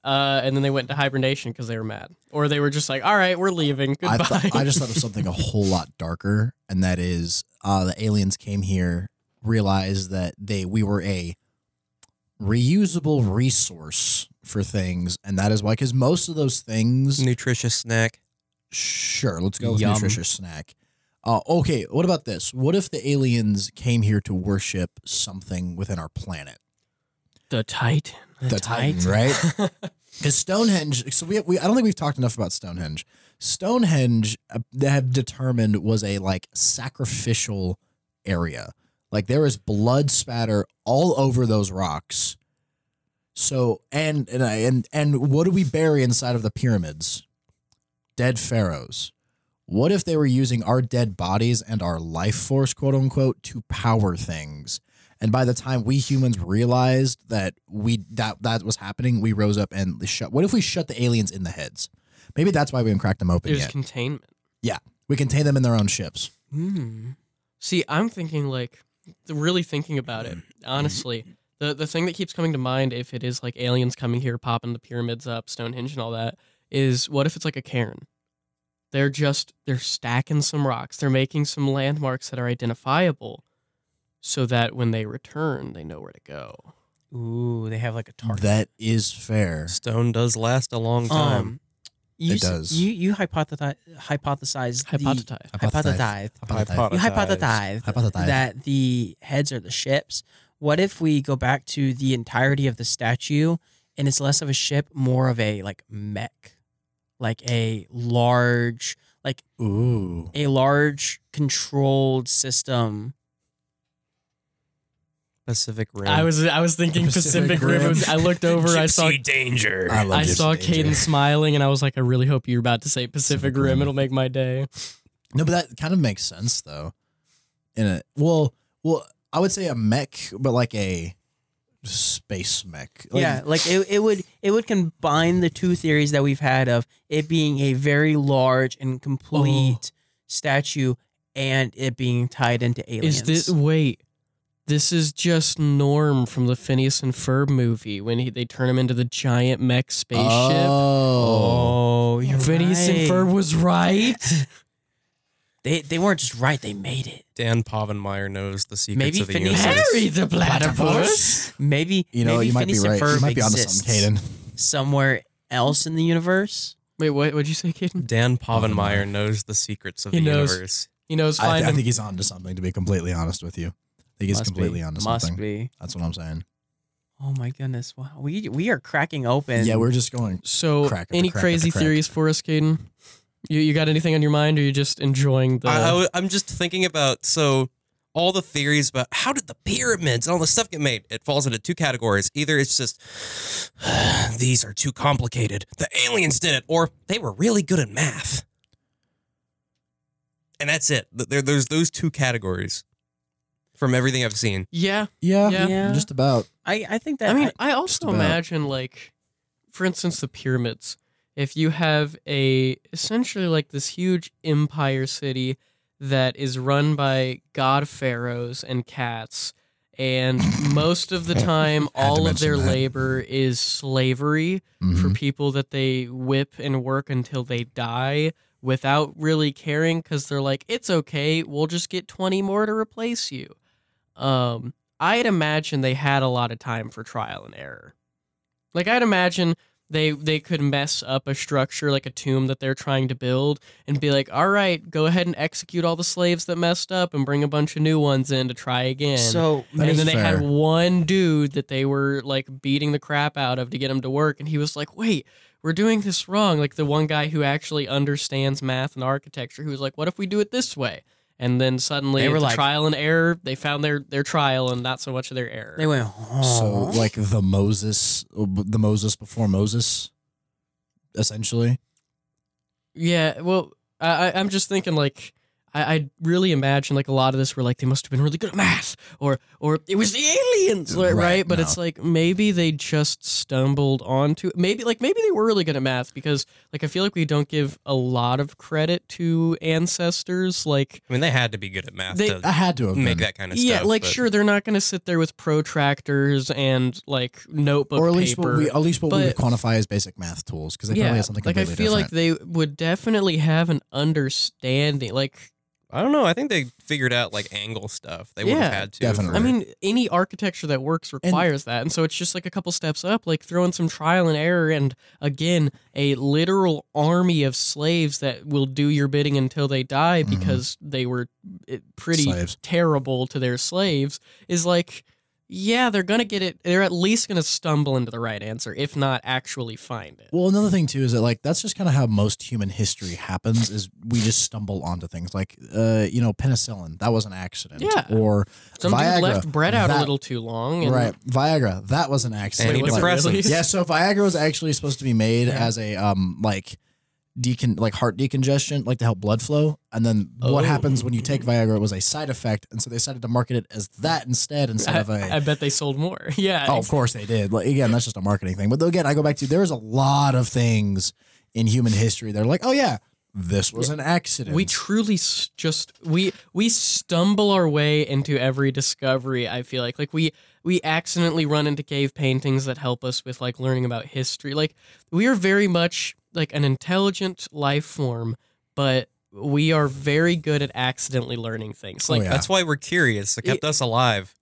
[SPEAKER 7] Uh, and then they went to hibernation because they were mad, or they were just like, "All right, we're leaving.
[SPEAKER 8] I,
[SPEAKER 7] Goodbye."
[SPEAKER 8] th- I just thought of something a whole lot darker, and that is uh, the aliens came here, realized that they we were a reusable resource for things, and that is why because most of those things,
[SPEAKER 10] nutritious snack.
[SPEAKER 8] sure, let's go with
[SPEAKER 9] Yum.
[SPEAKER 8] nutritious snack. Uh, okay, what about this? What if the aliens came here to worship something within our planet?
[SPEAKER 7] The Titan.
[SPEAKER 8] the, Titan, right? Because Stonehenge, so we, we I don't think we've talked enough about Stonehenge. Stonehenge, uh, they have determined was a like sacrificial area. Like there is blood spatter all over those rocks. So and and I- and and what do we bury inside of the pyramids? Dead pharaohs. What if they were using our dead bodies and our life force, quote unquote, to power things? And by the time we humans realized that we that that was happening, we rose up and shut. What if we shut the aliens in the heads? Maybe that's why we haven't cracked them open
[SPEAKER 7] There's
[SPEAKER 8] yet.
[SPEAKER 7] containment.
[SPEAKER 8] yeah, we contain them in their own ships.
[SPEAKER 9] Hmm.
[SPEAKER 7] See, I'm thinking like th- really thinking about it.
[SPEAKER 10] Mm-hmm.
[SPEAKER 7] Honestly, the the thing that keeps coming to mind if it is like aliens coming here, popping the pyramids up, Stonehenge, and all that, is what if it's like a cairn? They're just they're stacking some rocks. They're making some landmarks that are identifiable, so that when they return, they know where to go.
[SPEAKER 9] ooh they have like a target
[SPEAKER 8] That is fair.
[SPEAKER 10] Stone does last a long time.
[SPEAKER 9] um you
[SPEAKER 8] It
[SPEAKER 9] s-
[SPEAKER 8] does.
[SPEAKER 9] you you hypothesize hypothesize
[SPEAKER 7] Hypothetize.
[SPEAKER 9] the, hypothesize
[SPEAKER 8] Hypothetize.
[SPEAKER 9] you hypothesize,
[SPEAKER 8] Hypothesize.
[SPEAKER 9] that the heads are the ships. What if we go back to the entirety of the statue and it's less of a ship, more of a like mech, like a large, like
[SPEAKER 8] Ooh,
[SPEAKER 9] a large controlled system?
[SPEAKER 10] Pacific Rim.
[SPEAKER 7] I was I was thinking
[SPEAKER 8] Pacific
[SPEAKER 7] Pacific, Rim.
[SPEAKER 8] Rim.
[SPEAKER 7] I looked over. I
[SPEAKER 1] Gypsy
[SPEAKER 7] saw
[SPEAKER 10] Uh,
[SPEAKER 1] danger.
[SPEAKER 8] I, love
[SPEAKER 7] I
[SPEAKER 8] Gypsy
[SPEAKER 7] saw
[SPEAKER 8] Danger.
[SPEAKER 7] Caden smiling, and I was like, I really hope you're about to say Pacific Rim. It'll make my day.
[SPEAKER 8] No, but that kind of makes sense though. In a well, well, I would say a mech, but like a space mech. Like,
[SPEAKER 9] yeah, like it, it would it would combine the two theories that we've had of it being a very large and complete statue and it being tied into aliens.
[SPEAKER 7] Is this wait? This is just Norm from the Phineas and Ferb movie when he, they turn him into the giant mech spaceship.
[SPEAKER 8] Oh,
[SPEAKER 9] oh, you're
[SPEAKER 7] Phineas and
[SPEAKER 9] right.
[SPEAKER 7] Ferb was right.
[SPEAKER 9] They they weren't just right. They made it.
[SPEAKER 10] Dan Povenmire knows the secrets
[SPEAKER 9] Maybe
[SPEAKER 10] of the
[SPEAKER 9] Phineas-
[SPEAKER 10] universe.
[SPEAKER 7] Harry the platypus.
[SPEAKER 9] Maybe
[SPEAKER 8] you know,
[SPEAKER 9] maybe
[SPEAKER 8] you might be
[SPEAKER 9] Phineas and
[SPEAKER 8] right. You
[SPEAKER 9] Ferb
[SPEAKER 8] might be onto
[SPEAKER 9] exists
[SPEAKER 8] something, Caden.
[SPEAKER 9] Somewhere else in the universe,
[SPEAKER 7] Wait, what? What'd you say, Caden?
[SPEAKER 10] Dan Povenmire knows the secrets of
[SPEAKER 7] He
[SPEAKER 10] the
[SPEAKER 7] knows.
[SPEAKER 10] universe.
[SPEAKER 7] He knows
[SPEAKER 8] I,
[SPEAKER 7] find
[SPEAKER 8] I
[SPEAKER 7] him.
[SPEAKER 8] think he's onto something. To be completely honest with you, I think he's
[SPEAKER 9] Must
[SPEAKER 8] completely
[SPEAKER 9] be.
[SPEAKER 8] onto
[SPEAKER 9] Must
[SPEAKER 8] something.
[SPEAKER 9] be.
[SPEAKER 8] That's what I'm saying.
[SPEAKER 9] Oh my goodness! Wow, we we are cracking open.
[SPEAKER 8] yeah, we're just going.
[SPEAKER 7] so,
[SPEAKER 8] Crack of the
[SPEAKER 7] any
[SPEAKER 8] crack of the
[SPEAKER 7] crazy
[SPEAKER 8] crack.
[SPEAKER 7] theories for us, Caden? You you got anything on your mind, or you just enjoying the?
[SPEAKER 10] I, am just thinking about so all the theories about how did the pyramids and all this stuff get made. It falls into two categories. Either it's just these are too complicated, the aliens did it, or they were really good at math. And that's it. Th- There, there's those two categories from everything I've seen.
[SPEAKER 7] yeah,
[SPEAKER 8] Yeah,
[SPEAKER 7] Yeah.
[SPEAKER 9] Yeah.
[SPEAKER 8] just about.
[SPEAKER 9] I I think that
[SPEAKER 7] I mean, I also
[SPEAKER 8] about.
[SPEAKER 7] imagine like, for instance, the pyramids. If you have a essentially like this huge empire city that is run by god pharaohs and cats, and most of the time,
[SPEAKER 8] Had to
[SPEAKER 7] all of
[SPEAKER 8] mention
[SPEAKER 7] their
[SPEAKER 8] that.
[SPEAKER 7] labor is slavery for
[SPEAKER 8] Mhm.
[SPEAKER 7] people that they whip and work until they die without really caring because they're like, it's okay, we'll just get 20 more to replace you. Um, I'd imagine they had a lot of time for trial and error. Like, I'd imagine they they could mess up a structure like a tomb that they're trying to build and be like all right go ahead and execute all the slaves that messed up and bring a bunch of new ones in to try again
[SPEAKER 9] so
[SPEAKER 8] That
[SPEAKER 7] and
[SPEAKER 8] is
[SPEAKER 7] then they had
[SPEAKER 8] fair.
[SPEAKER 7] one dude that they were like beating the crap out of to get him to work, and he was like, "Wait, we're doing this wrong." Like the one guy who actually understands math and architecture, who was like, "What if we do it this way?" And then suddenly,
[SPEAKER 9] They were
[SPEAKER 7] it's
[SPEAKER 9] like-
[SPEAKER 7] trial and error. They found their their trial and not so much of their error.
[SPEAKER 9] they went.
[SPEAKER 8] So
[SPEAKER 9] "Oh."
[SPEAKER 8] like the Moses, oh, the Moses before Moses, essentially.
[SPEAKER 7] yeah, well, I, I- I'm just thinking like. I, I really imagine like a lot of this were like they must have been really good at math or or it was the aliens right,
[SPEAKER 8] Right,
[SPEAKER 7] right? but
[SPEAKER 8] no.
[SPEAKER 7] it's like maybe they just stumbled onto maybe like maybe they were really good at math because like I feel like we don't give a lot of credit to ancestors like
[SPEAKER 10] I mean, they had to be good at math
[SPEAKER 7] They-
[SPEAKER 8] I
[SPEAKER 10] to
[SPEAKER 8] had to have
[SPEAKER 10] make
[SPEAKER 8] been.
[SPEAKER 10] that kind of
[SPEAKER 7] yeah
[SPEAKER 10] stuff.
[SPEAKER 7] like
[SPEAKER 10] but-
[SPEAKER 7] sure they're not going to sit there with protractors and like notebook
[SPEAKER 8] or at least
[SPEAKER 7] paper
[SPEAKER 8] what we at least what we would
[SPEAKER 7] but-
[SPEAKER 8] quantify as basic math tools because they
[SPEAKER 7] yeah,
[SPEAKER 8] probably had something
[SPEAKER 7] like I
[SPEAKER 8] completely
[SPEAKER 7] feel
[SPEAKER 8] different.
[SPEAKER 7] like they would definitely have an understanding like
[SPEAKER 10] I don't know. I think they figured out like angle stuff. They would
[SPEAKER 7] Yeah,
[SPEAKER 10] have had to.
[SPEAKER 8] definitely.
[SPEAKER 10] for-
[SPEAKER 7] I mean, any architecture that works requires that. And so it's just like a couple steps up, like throwing some trial and error and again, a literal army of slaves that will do your bidding until they die
[SPEAKER 8] Mhm.
[SPEAKER 7] because they were eh, pretty
[SPEAKER 8] Slaves.
[SPEAKER 7] terrible to their slaves is like yeah, they're going to get it. They're at least going to stumble into the right answer if not actually find it.
[SPEAKER 8] Well, another thing too is that like that's just kind of how most human history happens is we just stumble onto things like uh you know penicillin that was an accident
[SPEAKER 7] Yeah.
[SPEAKER 8] or
[SPEAKER 7] Some
[SPEAKER 8] Viagra
[SPEAKER 7] dude left bread out a
[SPEAKER 8] that-
[SPEAKER 7] little too long and
[SPEAKER 8] right Viagra that was an accident
[SPEAKER 7] Wait, was it
[SPEAKER 10] Antidepressants.
[SPEAKER 7] really?
[SPEAKER 8] yeah so Viagra was actually supposed to be made as a um like decon like heart decongestion like to help blood flow and then what
[SPEAKER 7] Oh.
[SPEAKER 8] happens when you take Viagra was a side effect and so they decided to market it as that instead instead of a
[SPEAKER 7] I, I bet they sold more. Yeah.
[SPEAKER 8] Oh, of course they did. Like, again, that's just a marketing thing. But again, I go back to there's a lot of things in human history. They're like, oh yeah, this was an accident.
[SPEAKER 7] We truly s- just we we stumble our way into every discovery. I feel like like we we accidentally run into cave paintings that help us with like learning about history. Like we are very much like an intelligent life form, but we are very good at accidentally learning things.
[SPEAKER 8] Oh,
[SPEAKER 7] Like
[SPEAKER 8] yeah.
[SPEAKER 10] that's why we're curious. It kept us alive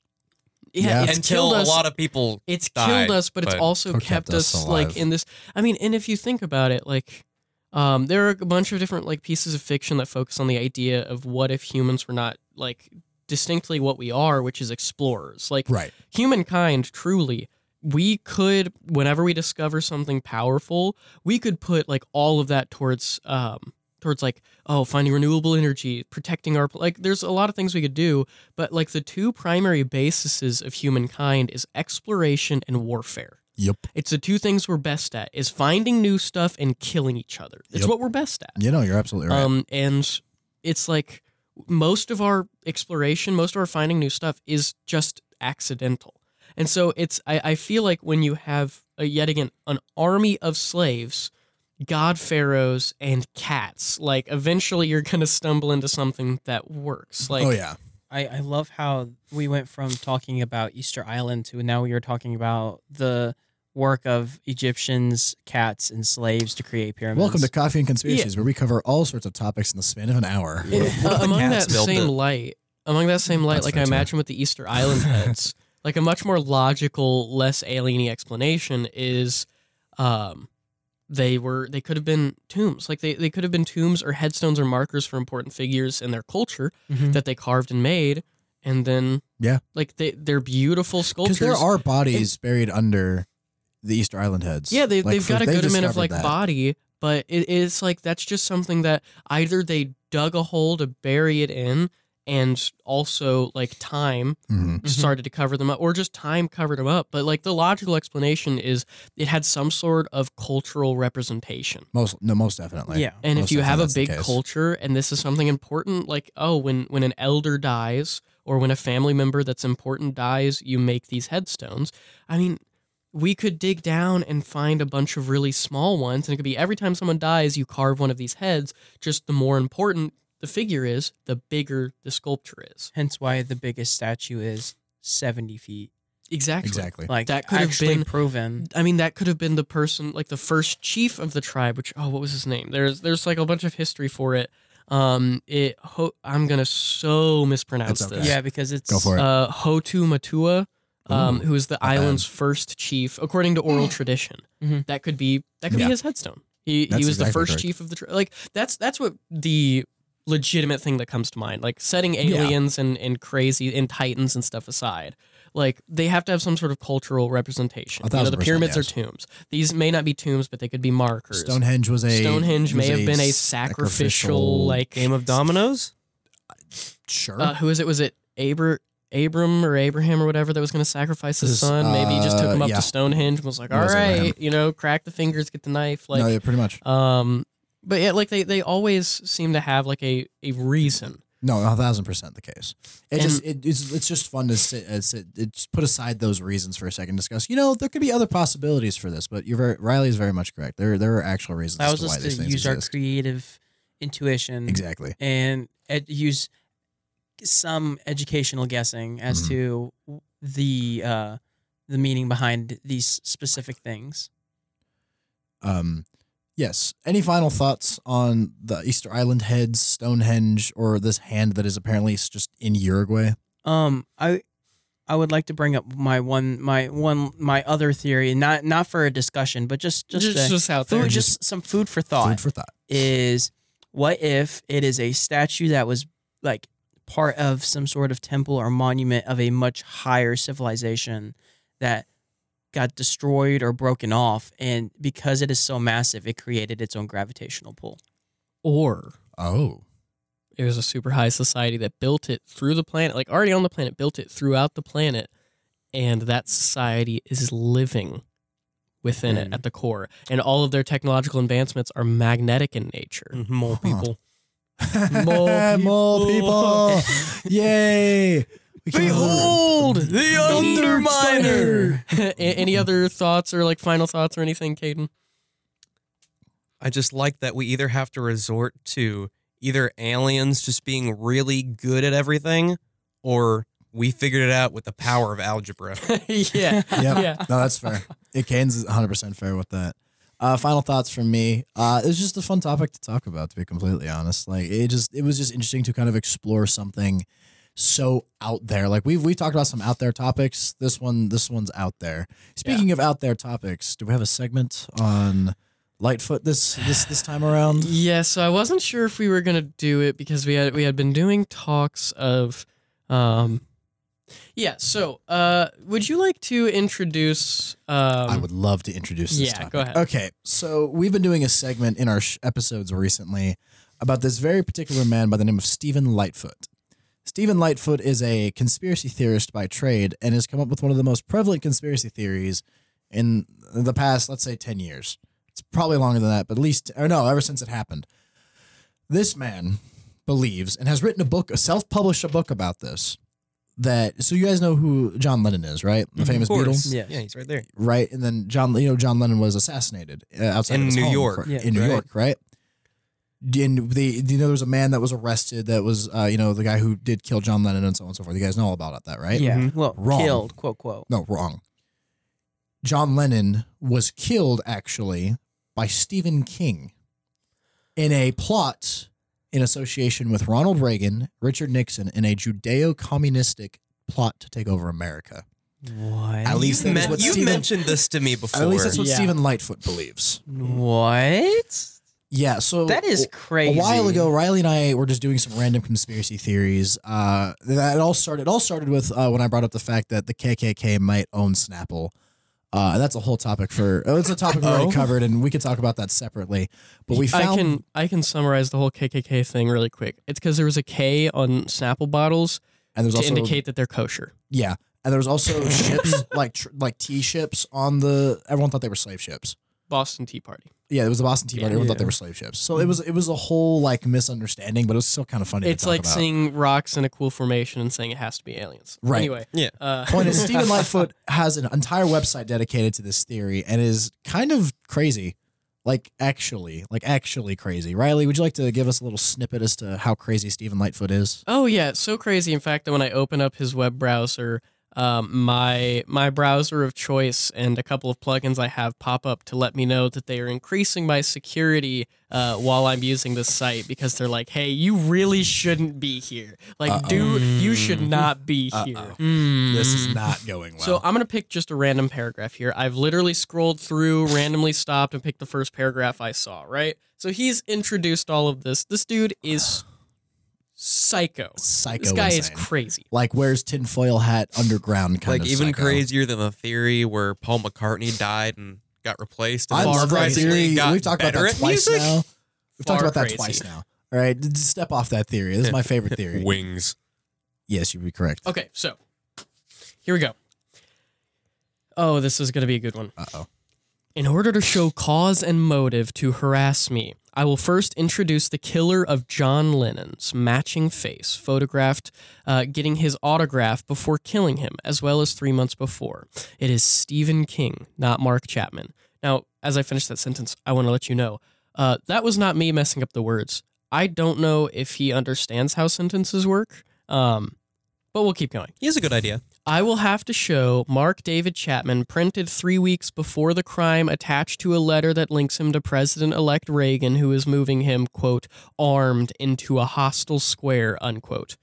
[SPEAKER 7] yeah,
[SPEAKER 8] Yeah.
[SPEAKER 7] it's
[SPEAKER 10] until
[SPEAKER 7] killed
[SPEAKER 10] a
[SPEAKER 7] us
[SPEAKER 10] lot of people.
[SPEAKER 7] it's
[SPEAKER 10] died,
[SPEAKER 7] killed us, but, it's
[SPEAKER 10] but-
[SPEAKER 7] also
[SPEAKER 8] Or
[SPEAKER 7] kept,
[SPEAKER 8] kept
[SPEAKER 7] us,
[SPEAKER 8] us
[SPEAKER 7] like
[SPEAKER 8] alive.
[SPEAKER 7] in this. I mean, and if you think about it, like um, there are a bunch of different like pieces of fiction that focus on the idea of what if humans were not like distinctly what we are, which is explorers. Like
[SPEAKER 8] right.
[SPEAKER 7] humankind, truly. We could, whenever we discover something powerful, we could put like all of that towards, um, towards like, oh, finding renewable energy, protecting our, pl- like, there's a lot of things we could do, but like the two primary bases of humankind is exploration and warfare.
[SPEAKER 8] Yep.
[SPEAKER 7] It's the two things we're best at is finding new stuff and killing each other. It's
[SPEAKER 8] Yep.
[SPEAKER 7] what we're best at.
[SPEAKER 8] You know, you're absolutely right.
[SPEAKER 7] Um, and it's like most of our exploration, most of our finding new stuff is just accidental. And so it's, I, I feel like when you have a, yet again an army of slaves, god pharaohs, and cats, like eventually you're going to stumble into something that works. Like,
[SPEAKER 8] oh yeah.
[SPEAKER 9] I, I love how we went from talking about Easter Island to now we are talking about the work of Egyptians, cats, and slaves to create pyramids.
[SPEAKER 8] Welcome to Coffee and Conspiracies, where we cover all sorts of topics in the span of an hour.
[SPEAKER 7] It- uh,
[SPEAKER 10] the
[SPEAKER 7] among
[SPEAKER 10] cats
[SPEAKER 7] that
[SPEAKER 10] built
[SPEAKER 7] same
[SPEAKER 10] it?
[SPEAKER 7] light, among that same light,
[SPEAKER 8] That's
[SPEAKER 7] like I
[SPEAKER 8] fair, too.
[SPEAKER 7] imagine with the Easter Island heads, like a much more logical, less alieny explanation is, um, they were they could have been tombs like they, they could have been tombs or headstones or markers for important figures in their culture that they carved and made and then
[SPEAKER 8] Mm-hmm. Yeah.
[SPEAKER 7] like they they're beautiful sculptures
[SPEAKER 8] Because there are bodies buried under the Easter Island heads.
[SPEAKER 7] yeah they,
[SPEAKER 8] Like,
[SPEAKER 7] they've
[SPEAKER 8] for-
[SPEAKER 7] got a
[SPEAKER 8] they
[SPEAKER 7] good amount of
[SPEAKER 8] discovered
[SPEAKER 7] like
[SPEAKER 8] that.
[SPEAKER 7] body but it, it's like that's just something that either they dug a hole to bury it in and also like time
[SPEAKER 8] Mhm.
[SPEAKER 7] started to cover them up or just time covered them up but like the logical explanation is it had some sort of cultural representation
[SPEAKER 8] Most no, most definitely.
[SPEAKER 9] Yeah.
[SPEAKER 7] and if
[SPEAKER 8] Most
[SPEAKER 7] you have a
[SPEAKER 8] definitely that's the
[SPEAKER 7] big
[SPEAKER 8] case.
[SPEAKER 7] culture and this is something important like oh when when an elder dies or when a family member that's important dies you make these headstones i mean we could dig down and find a bunch of really small ones and it could be every time someone dies you carve one of these heads just the more important the figure is the bigger the sculpture is
[SPEAKER 9] Hence why the biggest statue is 70 feet.
[SPEAKER 7] exactly
[SPEAKER 8] exactly.
[SPEAKER 9] Like
[SPEAKER 7] That could
[SPEAKER 9] that could
[SPEAKER 7] have
[SPEAKER 9] actually
[SPEAKER 7] been-
[SPEAKER 9] proven.
[SPEAKER 7] I mean, that could have been the person, like the first chief of the tribe. Which oh, what was his name? There's there's like a bunch of history for it. Um, it ho- I'm gonna so mispronounce
[SPEAKER 8] That's okay.
[SPEAKER 7] this.
[SPEAKER 9] Yeah, because it's
[SPEAKER 8] Go for it.
[SPEAKER 7] Uh, Hotu Matua, um,
[SPEAKER 8] Ooh,
[SPEAKER 7] who is the
[SPEAKER 8] bad.
[SPEAKER 7] island's first chief, according to oral tradition.
[SPEAKER 9] Mhm.
[SPEAKER 7] That could be that could
[SPEAKER 8] Yeah.
[SPEAKER 7] be his headstone. He he
[SPEAKER 8] That's
[SPEAKER 7] was the
[SPEAKER 8] exactly
[SPEAKER 7] first
[SPEAKER 8] correct.
[SPEAKER 7] chief of the tribe. Like that's that's what the legitimate thing that comes to mind. Like setting aliens and and crazy and titans and stuff aside. Like they have to have some sort of cultural representation.
[SPEAKER 8] A
[SPEAKER 7] you know,
[SPEAKER 8] thousand
[SPEAKER 7] the
[SPEAKER 8] percent,
[SPEAKER 7] pyramids
[SPEAKER 8] yes.
[SPEAKER 7] are tombs. These may not be tombs, but they could be markers.
[SPEAKER 8] Stonehenge was a
[SPEAKER 7] Stonehenge may
[SPEAKER 8] was
[SPEAKER 7] have been a
[SPEAKER 8] sacrificial-
[SPEAKER 7] sacrificial like
[SPEAKER 10] Game of Dominoes?
[SPEAKER 8] sure.
[SPEAKER 7] uh, who is it? Was it Abra- Abram or Abraham or whatever that was going to sacrifice his
[SPEAKER 8] This-
[SPEAKER 7] son? Maybe he just took
[SPEAKER 8] uh,
[SPEAKER 7] him up
[SPEAKER 8] yeah.
[SPEAKER 7] to Stonehenge and was like,
[SPEAKER 8] It
[SPEAKER 7] "All
[SPEAKER 8] was
[SPEAKER 7] right,
[SPEAKER 8] Abraham.
[SPEAKER 7] you know, crack the fingers, get the knife."
[SPEAKER 8] no,
[SPEAKER 7] Like,
[SPEAKER 8] yeah, pretty much.
[SPEAKER 7] um, but yeah, like they they always seem to have like a a reason.
[SPEAKER 8] No, a thousand percent the case. It just it, it's it's just fun to sit, uh, sit it, just put aside those reasons for a second. and Discuss. You know, there could be other possibilities for this, but you're very Riley is very much correct. There there are actual reasons
[SPEAKER 9] That
[SPEAKER 8] as
[SPEAKER 9] was
[SPEAKER 8] to why
[SPEAKER 9] us to
[SPEAKER 8] these things
[SPEAKER 9] use our
[SPEAKER 8] exist.
[SPEAKER 9] creative intuition
[SPEAKER 8] exactly.
[SPEAKER 9] and ed- use some educational guessing as
[SPEAKER 8] Mhm.
[SPEAKER 9] to the uh, the meaning behind these specific things.
[SPEAKER 8] Um, yes. Any final thoughts on the Easter Island heads, Stonehenge, or this hand that is apparently s- just in Uruguay?
[SPEAKER 9] Um, I I would like to bring up my one my one my other theory, not not for a discussion, but just just,
[SPEAKER 7] Just,
[SPEAKER 9] a-
[SPEAKER 7] just out there.
[SPEAKER 9] food, just some food for thought.
[SPEAKER 8] Food for thought.
[SPEAKER 9] is what if it is a statue that was like part of some sort of temple or monument of a much higher civilization that got destroyed or broken off and because it is so massive it created its own gravitational pull
[SPEAKER 7] or
[SPEAKER 8] Oh,
[SPEAKER 7] it was a super high society that built it through the planet, like already on the planet, built it throughout the planet, and that society is living within it
[SPEAKER 9] Mhm.
[SPEAKER 7] at the core, and all of their technological advancements are magnetic in nature.
[SPEAKER 10] More people.
[SPEAKER 7] More
[SPEAKER 8] More people. Yay! We can
[SPEAKER 7] Behold the
[SPEAKER 9] underminer!
[SPEAKER 7] A- Any other thoughts or like final thoughts or anything, Caden?
[SPEAKER 10] I just like that we either have to resort to either aliens just being really good at everything or we figured it out with the power of algebra.
[SPEAKER 7] yeah.
[SPEAKER 8] Yep.
[SPEAKER 7] Yeah.
[SPEAKER 8] No, that's fair. It Kane's 100% fair with that. Uh, final thoughts from me. Uh, it was just a fun topic to talk about, to be completely honest. Like it just, it was just interesting to kind of explore something so out there. Like we've we talked about some out there topics. This one, this one's out there. Speaking of out there topics, do we have a segment on Lightfoot this this this time around?
[SPEAKER 7] Yeah, so I wasn't sure if we were gonna do it because we had we had been doing talks of um Yeah, so uh would you like to introduce um
[SPEAKER 8] I would love to introduce this
[SPEAKER 7] yeah,
[SPEAKER 8] topic.
[SPEAKER 7] go ahead.
[SPEAKER 8] Okay, so we've been doing a segment in our sh- episodes recently about this very particular man by the name of Stephen Lightfoot. Stephen Lightfoot is a conspiracy theorist by trade and has come up with one of the most prevalent conspiracy theories in the past, let's say, 10 years. It's probably longer than that, but at least, or no, ever since it happened. This man believes and has written a book, self published a book about this. That so you guys know who John Lennon is, right? The famous Beatle
[SPEAKER 9] Yes.
[SPEAKER 10] Yeah, he's right there.
[SPEAKER 8] right? And then John, you know, John Lennon was assassinated uh, outside
[SPEAKER 10] In
[SPEAKER 8] of his
[SPEAKER 10] New
[SPEAKER 8] home,
[SPEAKER 10] York.
[SPEAKER 8] cor-
[SPEAKER 9] Yeah.
[SPEAKER 8] in New
[SPEAKER 10] Right.
[SPEAKER 8] York, right? And the do you know there was a man that was arrested that was uh, you know the guy who did kill John Lennon and so on and so forth. You guys know all about that, right?
[SPEAKER 9] yeah well
[SPEAKER 8] Wrong.
[SPEAKER 9] killed quote quote
[SPEAKER 8] No, wrong. John Lennon was killed actually by Stephen King in a plot in association with Ronald Reagan, Richard Nixon, in a Judeo-communistic plot to take over America.
[SPEAKER 9] What?
[SPEAKER 8] At least
[SPEAKER 10] You've,
[SPEAKER 8] that is
[SPEAKER 10] men-
[SPEAKER 8] what
[SPEAKER 10] you've
[SPEAKER 8] Stephen-
[SPEAKER 10] mentioned this to me before.
[SPEAKER 8] At least that's what
[SPEAKER 7] Yeah.
[SPEAKER 8] Stephen Lightfoot believes.
[SPEAKER 9] what?
[SPEAKER 8] Yeah, so
[SPEAKER 9] That is crazy.
[SPEAKER 8] A while ago, Riley and I were just doing some random conspiracy theories. Uh, that all started. It all started with uh, when I brought up the fact that the KKK might own Snapple. Uh, and that's a whole topic for. Oh, it's a topic we
[SPEAKER 10] Oh.
[SPEAKER 8] already covered, and we could talk about that separately. But we found
[SPEAKER 7] I can I can summarize the whole KKK thing really quick. It's because there was a K on Snapple bottles
[SPEAKER 8] and there's
[SPEAKER 7] to
[SPEAKER 8] also
[SPEAKER 7] indicate that they're kosher.
[SPEAKER 8] yeah, and there was also ships like tr- like tea ships on the. Everyone thought they were slave ships.
[SPEAKER 7] Boston Tea Party.
[SPEAKER 8] Yeah, it was the Boston Tea Party. Everyone thought they were slave ships. So it was it was a whole like misunderstanding, but it was still kind of funny. to
[SPEAKER 7] it's
[SPEAKER 8] talk
[SPEAKER 7] like
[SPEAKER 8] about.
[SPEAKER 7] seeing rocks in a cool formation and saying it has to be aliens.
[SPEAKER 8] Right.
[SPEAKER 7] Anyway,
[SPEAKER 10] Yeah.
[SPEAKER 7] uh,
[SPEAKER 8] point is Stephen Lightfoot has an entire website dedicated to this theory and is kind of crazy. Like actually, like actually crazy. Riley, would you like to give us a little snippet as to how crazy Stephen Lightfoot is?
[SPEAKER 7] Oh yeah, it's so crazy. In fact, that when I open up his web browser, um, my my browser of choice and a couple of plugins I have pop up to let me know that they are increasing my security uh, while I'm using this site because they're like, "Hey, you really shouldn't be here. Like, do you should not be here."
[SPEAKER 8] This
[SPEAKER 10] Mm.
[SPEAKER 8] is not going well.
[SPEAKER 7] So I'm gonna pick just a random paragraph here. I've literally scrolled through, randomly stopped, and picked the first paragraph I saw. Right. So he's introduced all of this. This dude is psycho.
[SPEAKER 8] psycho.
[SPEAKER 7] This guy
[SPEAKER 8] insane.
[SPEAKER 7] is crazy.
[SPEAKER 8] like wears tinfoil hat underground kind
[SPEAKER 10] like
[SPEAKER 8] of
[SPEAKER 10] even
[SPEAKER 8] psycho.
[SPEAKER 10] crazier than the theory where Paul McCartney died and got replaced. And
[SPEAKER 8] I
[SPEAKER 10] then
[SPEAKER 8] love that
[SPEAKER 10] surprisingly
[SPEAKER 8] theory.
[SPEAKER 10] got
[SPEAKER 8] We've talked about
[SPEAKER 10] better
[SPEAKER 8] that
[SPEAKER 10] at
[SPEAKER 8] twice
[SPEAKER 10] music.
[SPEAKER 8] now. We've talked
[SPEAKER 7] Far
[SPEAKER 8] about that
[SPEAKER 7] crazy.
[SPEAKER 8] twice now. All right, d- step off that theory. This is my favorite theory.
[SPEAKER 10] Wings.
[SPEAKER 8] Yes, you'd be correct.
[SPEAKER 7] Okay, so here we go. Oh, this is going to be a good one.
[SPEAKER 8] Uh oh.
[SPEAKER 7] In order to show cause and motive to harass me, I will first introduce the killer of John Lennon's matching face, photographed uh, getting his autograph before killing him, as well as three months before. It is Stephen King, not Mark Chapman. Now, as I finish that sentence, I want to let you know uh, that was not me messing up the words. I don't know if he understands how sentences work, um, but we'll keep going.
[SPEAKER 10] He has a good idea.
[SPEAKER 7] I will have to show Mark David Chapman printed three weeks before the crime attached to a letter that links him to President elect Reagan, who is moving him, quote, armed into a hostile square, unquote.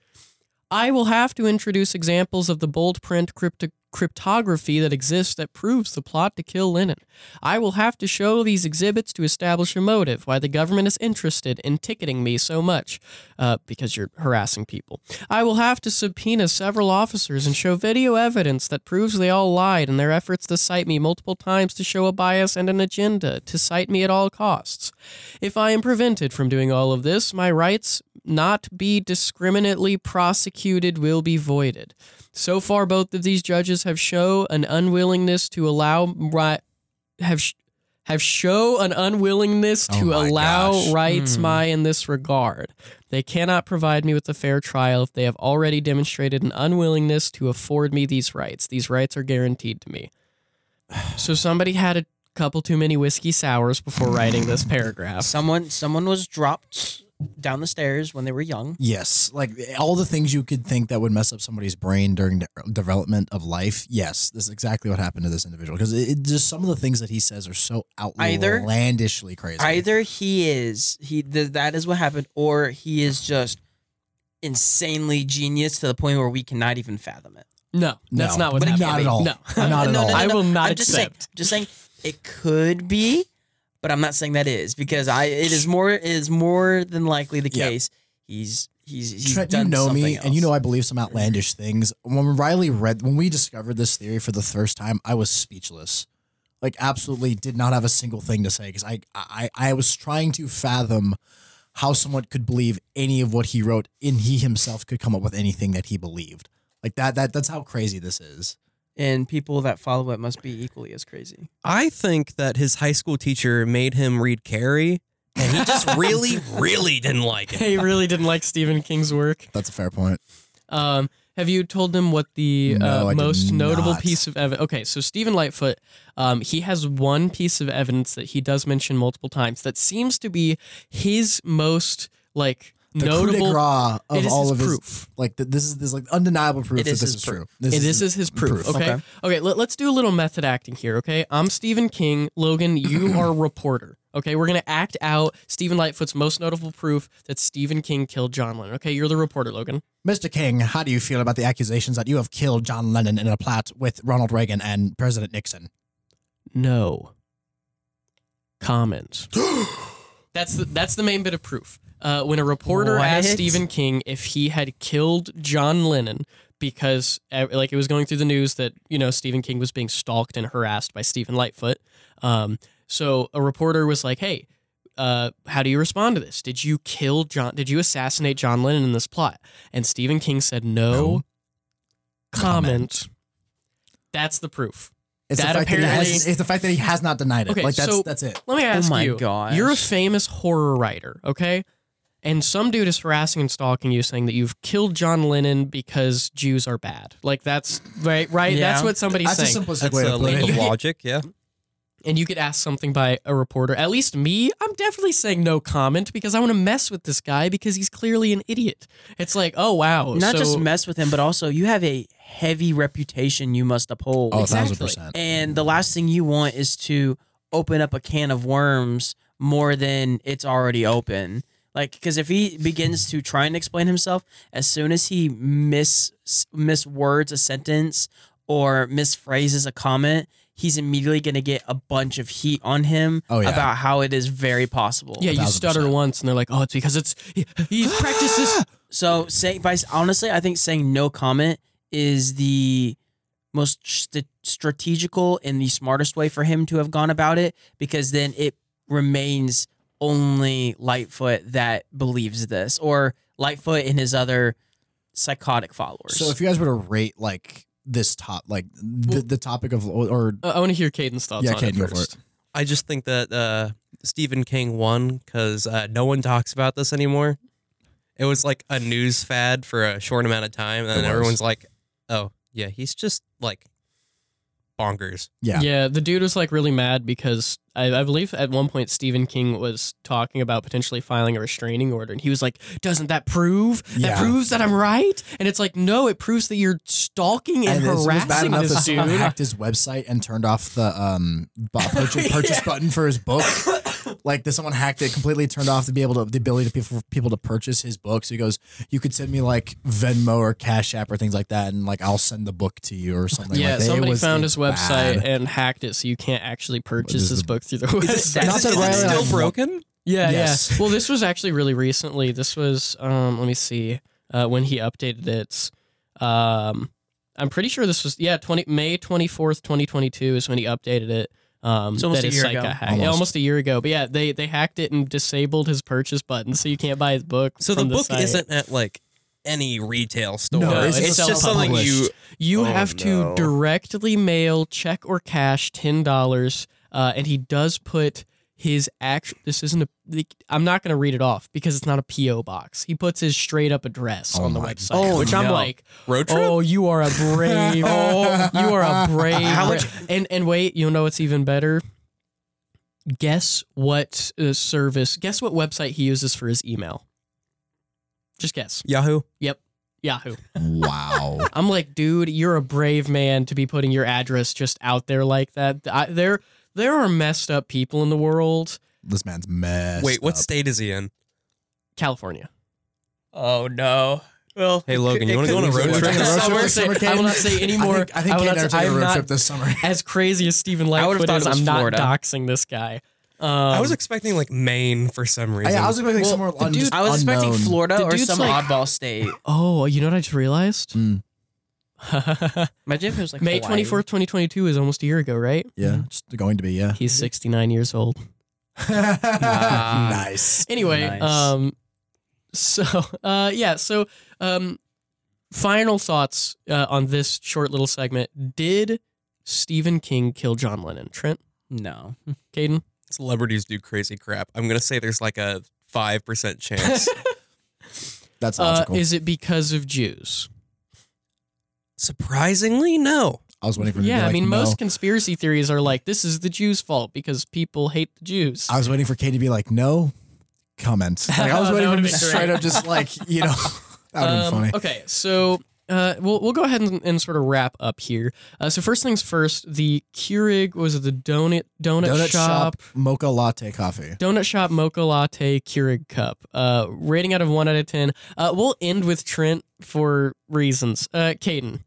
[SPEAKER 7] I will have to introduce examples of the bold print crypto- cryptography that exists that proves the plot to kill Lennon. I will have to show these exhibits to establish a motive why the government is interested in ticketing me so much, uh, because you're harassing people. I will have to subpoena several officers and show video evidence that proves they all lied in their efforts to cite me multiple times to show a bias and an agenda, to cite me at all costs. If I am prevented from doing all of this, my rights not be discriminately prosecuted will be voided. So far, both of these judges have show an unwillingness to allow right have sh- have show an unwillingness
[SPEAKER 8] Oh
[SPEAKER 7] to
[SPEAKER 8] my
[SPEAKER 7] allow
[SPEAKER 8] gosh. Hmm.
[SPEAKER 7] rights my in this regard. They cannot provide me with a fair trial if they have already demonstrated an unwillingness to afford me these rights. These rights are guaranteed to me. So somebody had a couple too many whiskey sours before writing this paragraph.
[SPEAKER 9] Someone someone was dropped down the stairs when they were young.
[SPEAKER 8] Yes, like eh, all the things you could think that would mess up somebody's brain during the development of life. Yes, this is exactly what happened to this individual because it, it- just some of the things that he says are so
[SPEAKER 9] Either-
[SPEAKER 8] outlandishly crazy.
[SPEAKER 9] Either he is he th- that is what happened, or he is just insanely genius to the point where we cannot even fathom it.
[SPEAKER 7] No,
[SPEAKER 8] No,
[SPEAKER 7] that's not what
[SPEAKER 8] but
[SPEAKER 7] happened.
[SPEAKER 8] not at all.
[SPEAKER 7] No,
[SPEAKER 8] Not at
[SPEAKER 9] no,
[SPEAKER 8] all.
[SPEAKER 9] no, no,
[SPEAKER 7] I
[SPEAKER 9] no.
[SPEAKER 7] will not
[SPEAKER 9] I'm just saying,
[SPEAKER 7] accept.
[SPEAKER 9] just saying it could be, but I'm not saying that is because I it is more it is more than likely the
[SPEAKER 8] Yeah.
[SPEAKER 9] case. He's he's he's
[SPEAKER 8] Trent, you
[SPEAKER 9] done
[SPEAKER 8] know
[SPEAKER 9] something
[SPEAKER 8] me,
[SPEAKER 9] else.
[SPEAKER 8] and you know I believe some outlandish things. When Riley read, when we discovered this theory for the first time, I was speechless. Like, absolutely did not have a single thing to say because I, I, I was trying to fathom how someone could believe any of what he wrote, and he himself could come up with anything that he believed. Like that, that that's how crazy this is.
[SPEAKER 9] and people that follow it must be equally as crazy.
[SPEAKER 10] I think that his high school teacher made him read Carrie, and he just really, really didn't like it.
[SPEAKER 7] He really didn't like Stephen King's work.
[SPEAKER 8] That's a fair point.
[SPEAKER 7] Um, have you told him what the
[SPEAKER 8] No, I
[SPEAKER 7] uh,
[SPEAKER 8] did
[SPEAKER 7] most notable
[SPEAKER 8] not.
[SPEAKER 7] piece of evidence? Okay, so Stephen Lightfoot, um, he has one piece of evidence that he does mention multiple times that seems to be his most like
[SPEAKER 8] the coup de
[SPEAKER 7] notable.
[SPEAKER 8] grace of
[SPEAKER 7] it is
[SPEAKER 8] all
[SPEAKER 7] his
[SPEAKER 8] of his
[SPEAKER 7] proof.
[SPEAKER 8] like th- this is this is, like undeniable proof
[SPEAKER 9] It
[SPEAKER 8] that
[SPEAKER 9] is
[SPEAKER 8] this
[SPEAKER 9] his
[SPEAKER 8] is
[SPEAKER 9] proof.
[SPEAKER 8] true. This
[SPEAKER 7] And this is his proof. Okay. Okay.
[SPEAKER 9] Okay.
[SPEAKER 7] let, us do a little method acting here. Okay. I'm Stephen King. Logan, you are a reporter. Okay. We're going to act out Stephen Lightfoot's most notable proof that Stephen King killed John Lennon. Okay. You're the reporter, Logan.
[SPEAKER 8] Mr. King, how do you feel about the accusations that you have killed John Lennon in a plot with Ronald Reagan and President Nixon?
[SPEAKER 7] No. Comment. that's the, that's the main bit of proof. Uh, when a reporter
[SPEAKER 9] What?
[SPEAKER 7] asked Stephen King if he had killed John Lennon because uh, like it was going through the news that you know Stephen King was being stalked and harassed by Stephen Lightfoot, um, so a reporter was like, "Hey, uh, how do you respond to this? Did you kill John? Did you assassinate John Lennon in this plot?" And Stephen King said, "No."
[SPEAKER 8] No.
[SPEAKER 7] Comment. That's the proof.
[SPEAKER 8] It's
[SPEAKER 7] That
[SPEAKER 8] the fact that he
[SPEAKER 7] apparently-
[SPEAKER 8] has, it's the fact that he has not denied it.
[SPEAKER 7] Okay,
[SPEAKER 8] like that's
[SPEAKER 7] so-
[SPEAKER 8] that's it.
[SPEAKER 7] Let me ask
[SPEAKER 9] Oh my
[SPEAKER 7] you.
[SPEAKER 9] gosh.
[SPEAKER 7] You're a famous horror writer, okay? And some dude is harassing and stalking you, saying that you've killed John Lennon because Jews are bad. Like that's right, right?
[SPEAKER 9] Yeah.
[SPEAKER 7] That's what somebody's
[SPEAKER 8] That's
[SPEAKER 7] saying.
[SPEAKER 8] a simplistic
[SPEAKER 10] That's
[SPEAKER 8] way
[SPEAKER 10] a
[SPEAKER 8] to put
[SPEAKER 10] leap
[SPEAKER 8] it.
[SPEAKER 10] of logic, yeah.
[SPEAKER 7] and you could ask something by a reporter. At least me, I'm definitely saying no comment because I want to mess with this guy because he's clearly an idiot. It's like, oh wow,
[SPEAKER 9] Not
[SPEAKER 7] so-
[SPEAKER 9] just mess with him, but also you have a heavy reputation you must uphold.
[SPEAKER 8] Oh, a
[SPEAKER 7] Exactly.
[SPEAKER 8] thousand percent.
[SPEAKER 9] And the last thing you want is to open up a can of worms more than it's already open. Like, because if he begins to try and explain himself, as soon as he miss miswords a sentence or misphrases a comment, he's immediately going to get a bunch of heat on him
[SPEAKER 8] Oh, yeah.
[SPEAKER 9] about how it is very possible.
[SPEAKER 7] yeah, you
[SPEAKER 8] thousand
[SPEAKER 7] stutter
[SPEAKER 8] percent.
[SPEAKER 7] once and they're like, oh, it's because it's he, he practices.
[SPEAKER 9] So saying by honestly, I think saying no comment is the most st- strategical and the smartest way for him to have gone about it because then it remains only Lightfoot that believes this or Lightfoot and his other psychotic followers.
[SPEAKER 8] So if you guys were to rate like this top, like the, the topic of or
[SPEAKER 7] Uh, I want to hear Caden's thoughts
[SPEAKER 8] yeah,
[SPEAKER 7] on
[SPEAKER 8] Kate,
[SPEAKER 7] it
[SPEAKER 8] go for
[SPEAKER 7] first.
[SPEAKER 8] it.
[SPEAKER 10] I just think that uh, Stephen King won because uh, no one talks about this anymore. It was like a news fad for a short amount of time, and
[SPEAKER 8] It
[SPEAKER 10] then
[SPEAKER 8] was.
[SPEAKER 10] everyone's like, "Oh, yeah, he's just like bonkers."
[SPEAKER 8] Yeah.
[SPEAKER 7] Yeah, the dude was like really mad because I, I believe at one point Stephen King was talking about potentially filing a restraining order, and he was like, "Doesn't that prove that
[SPEAKER 8] Yeah.
[SPEAKER 7] proves that I'm right?" And it's like, no, it proves that you're stalking and,
[SPEAKER 8] And it was bad
[SPEAKER 7] harassing
[SPEAKER 8] enough that
[SPEAKER 7] this
[SPEAKER 8] someone
[SPEAKER 7] dude.
[SPEAKER 8] hacked his website and turned off the um bu- purchase, purchase button for his book. Like this, someone hacked it, completely turned off to be able to the ability to for people to purchase his book. So he goes, "You could send me like Venmo or Cash App or things like that, and like I'll send the book to you or something."
[SPEAKER 7] yeah,
[SPEAKER 8] like that. It
[SPEAKER 7] somebody
[SPEAKER 8] was-
[SPEAKER 7] found
[SPEAKER 8] it's
[SPEAKER 7] his website
[SPEAKER 8] bad.
[SPEAKER 7] and hacked it, so you can't actually purchase
[SPEAKER 8] is
[SPEAKER 7] his
[SPEAKER 8] the-
[SPEAKER 7] book through the website.
[SPEAKER 8] Not
[SPEAKER 10] Is it- is
[SPEAKER 8] that
[SPEAKER 10] it
[SPEAKER 8] Riley and I
[SPEAKER 10] still
[SPEAKER 8] want-
[SPEAKER 10] broken?
[SPEAKER 7] Yeah, yeah.
[SPEAKER 8] Yes.
[SPEAKER 7] Well, this was actually really recently. This was, um, let me see, uh, when he updated it. Um, I'm pretty sure this was, yeah, 20, May 24th, 2022 is when he updated it. Um,
[SPEAKER 9] It's almost
[SPEAKER 7] that
[SPEAKER 9] a
[SPEAKER 7] his
[SPEAKER 9] year
[SPEAKER 7] site
[SPEAKER 9] ago.
[SPEAKER 7] got hacked. Yeah, Almost.
[SPEAKER 8] Almost.
[SPEAKER 7] a year ago. But yeah, they, they hacked it and disabled his purchase button, so you can't buy his book.
[SPEAKER 10] So
[SPEAKER 7] from
[SPEAKER 10] the book
[SPEAKER 7] site.
[SPEAKER 10] isn't at like any retail store.
[SPEAKER 8] No,
[SPEAKER 7] No,
[SPEAKER 10] it's,
[SPEAKER 7] it's
[SPEAKER 10] just, something you.
[SPEAKER 8] self-published.
[SPEAKER 7] You
[SPEAKER 10] Oh,
[SPEAKER 7] have to
[SPEAKER 10] no.
[SPEAKER 7] directly mail check or cash ten dollars, uh, and he does put his actual. This isn't a. like, I'm not going to read it off because it's not a PO box. He puts his straight up address on the website, which I'm
[SPEAKER 10] no.
[SPEAKER 7] like,
[SPEAKER 10] Road trip?
[SPEAKER 7] oh, you are a brave, oh, you are a brave.
[SPEAKER 9] How much-
[SPEAKER 7] And and wait, you know what's even better? Guess what uh, service? Guess what website he uses for his email? Just guess.
[SPEAKER 10] Yahoo.
[SPEAKER 7] Yep, Yahoo.
[SPEAKER 8] Wow.
[SPEAKER 7] I'm like, dude, you're a brave man to be putting your address just out there like that. I, there, there are messed up people in the world.
[SPEAKER 8] This man's mess.
[SPEAKER 10] Wait, what state is he in?
[SPEAKER 7] California.
[SPEAKER 9] oh no. Well,
[SPEAKER 10] Hey, Logan, you want to go on a
[SPEAKER 8] could be
[SPEAKER 10] road
[SPEAKER 8] so
[SPEAKER 10] trip?
[SPEAKER 8] much.
[SPEAKER 7] I,
[SPEAKER 8] road trip
[SPEAKER 7] won't
[SPEAKER 8] this
[SPEAKER 7] say,
[SPEAKER 8] summer,
[SPEAKER 7] I will
[SPEAKER 8] Caden?
[SPEAKER 7] not say anymore.
[SPEAKER 8] I think
[SPEAKER 7] will
[SPEAKER 8] Kate
[SPEAKER 7] not
[SPEAKER 8] and I are
[SPEAKER 7] say-
[SPEAKER 8] taking a
[SPEAKER 7] I'm
[SPEAKER 8] road
[SPEAKER 7] not-
[SPEAKER 8] trip this summer.
[SPEAKER 7] As crazy as Stephen
[SPEAKER 9] I
[SPEAKER 7] Lightfoot
[SPEAKER 9] would've thought
[SPEAKER 7] is,
[SPEAKER 9] it was
[SPEAKER 7] I'm not
[SPEAKER 9] Florida.
[SPEAKER 7] doxing this guy. Um,
[SPEAKER 10] I was expecting like Maine for some reason.
[SPEAKER 8] Yeah, I was expecting
[SPEAKER 7] Well,
[SPEAKER 8] somewhere
[SPEAKER 7] the
[SPEAKER 8] un-
[SPEAKER 7] dude-
[SPEAKER 9] I was
[SPEAKER 8] unknown.
[SPEAKER 9] expecting Florida
[SPEAKER 7] The
[SPEAKER 9] or
[SPEAKER 7] dude's
[SPEAKER 9] some
[SPEAKER 7] like-
[SPEAKER 9] oddball state.
[SPEAKER 7] oh, you know what I just realized?
[SPEAKER 8] Hmm.
[SPEAKER 9] Imagine if it was like
[SPEAKER 7] May
[SPEAKER 9] Hawaii.
[SPEAKER 7] 24th, 2022 is almost a year ago, right?
[SPEAKER 8] Yeah, it's going to be. Yeah.
[SPEAKER 7] He's 69 years old.
[SPEAKER 8] nice.
[SPEAKER 7] Anyway,
[SPEAKER 9] Nice.
[SPEAKER 7] um, so uh, yeah, so um, final thoughts uh, on this short little segment. Did Stephen King kill John Lennon? Trent,
[SPEAKER 9] No.
[SPEAKER 7] Caden,
[SPEAKER 10] Celebrities do crazy crap. I'm gonna say there's like a five percent chance.
[SPEAKER 8] That's
[SPEAKER 7] uh,
[SPEAKER 8] logical.
[SPEAKER 7] is it because of Jews?
[SPEAKER 10] Surprisingly, no.
[SPEAKER 8] I was waiting for. him to
[SPEAKER 7] Yeah,
[SPEAKER 8] be
[SPEAKER 7] I
[SPEAKER 8] like,
[SPEAKER 7] mean,
[SPEAKER 8] no.
[SPEAKER 7] most conspiracy theories are like this is the Jews' fault because people hate the Jews.
[SPEAKER 8] I was waiting for Kate to be like, no, comment. Like, I was
[SPEAKER 7] That
[SPEAKER 8] ready for
[SPEAKER 7] would've
[SPEAKER 8] him to
[SPEAKER 7] been great.
[SPEAKER 8] straight up just like, you know, that would have
[SPEAKER 7] Um,
[SPEAKER 8] been funny.
[SPEAKER 7] Okay, so uh, we'll we'll go ahead and, and sort of wrap up here. Uh, so first things first, the Keurig was it the donut donut,
[SPEAKER 8] Donut
[SPEAKER 7] shop.
[SPEAKER 8] shop, mocha latte coffee.
[SPEAKER 7] Donut shop mocha latte Keurig cup. Uh, rating out of one out of ten. Uh, we'll end with Trent for reasons. Uh, Caden,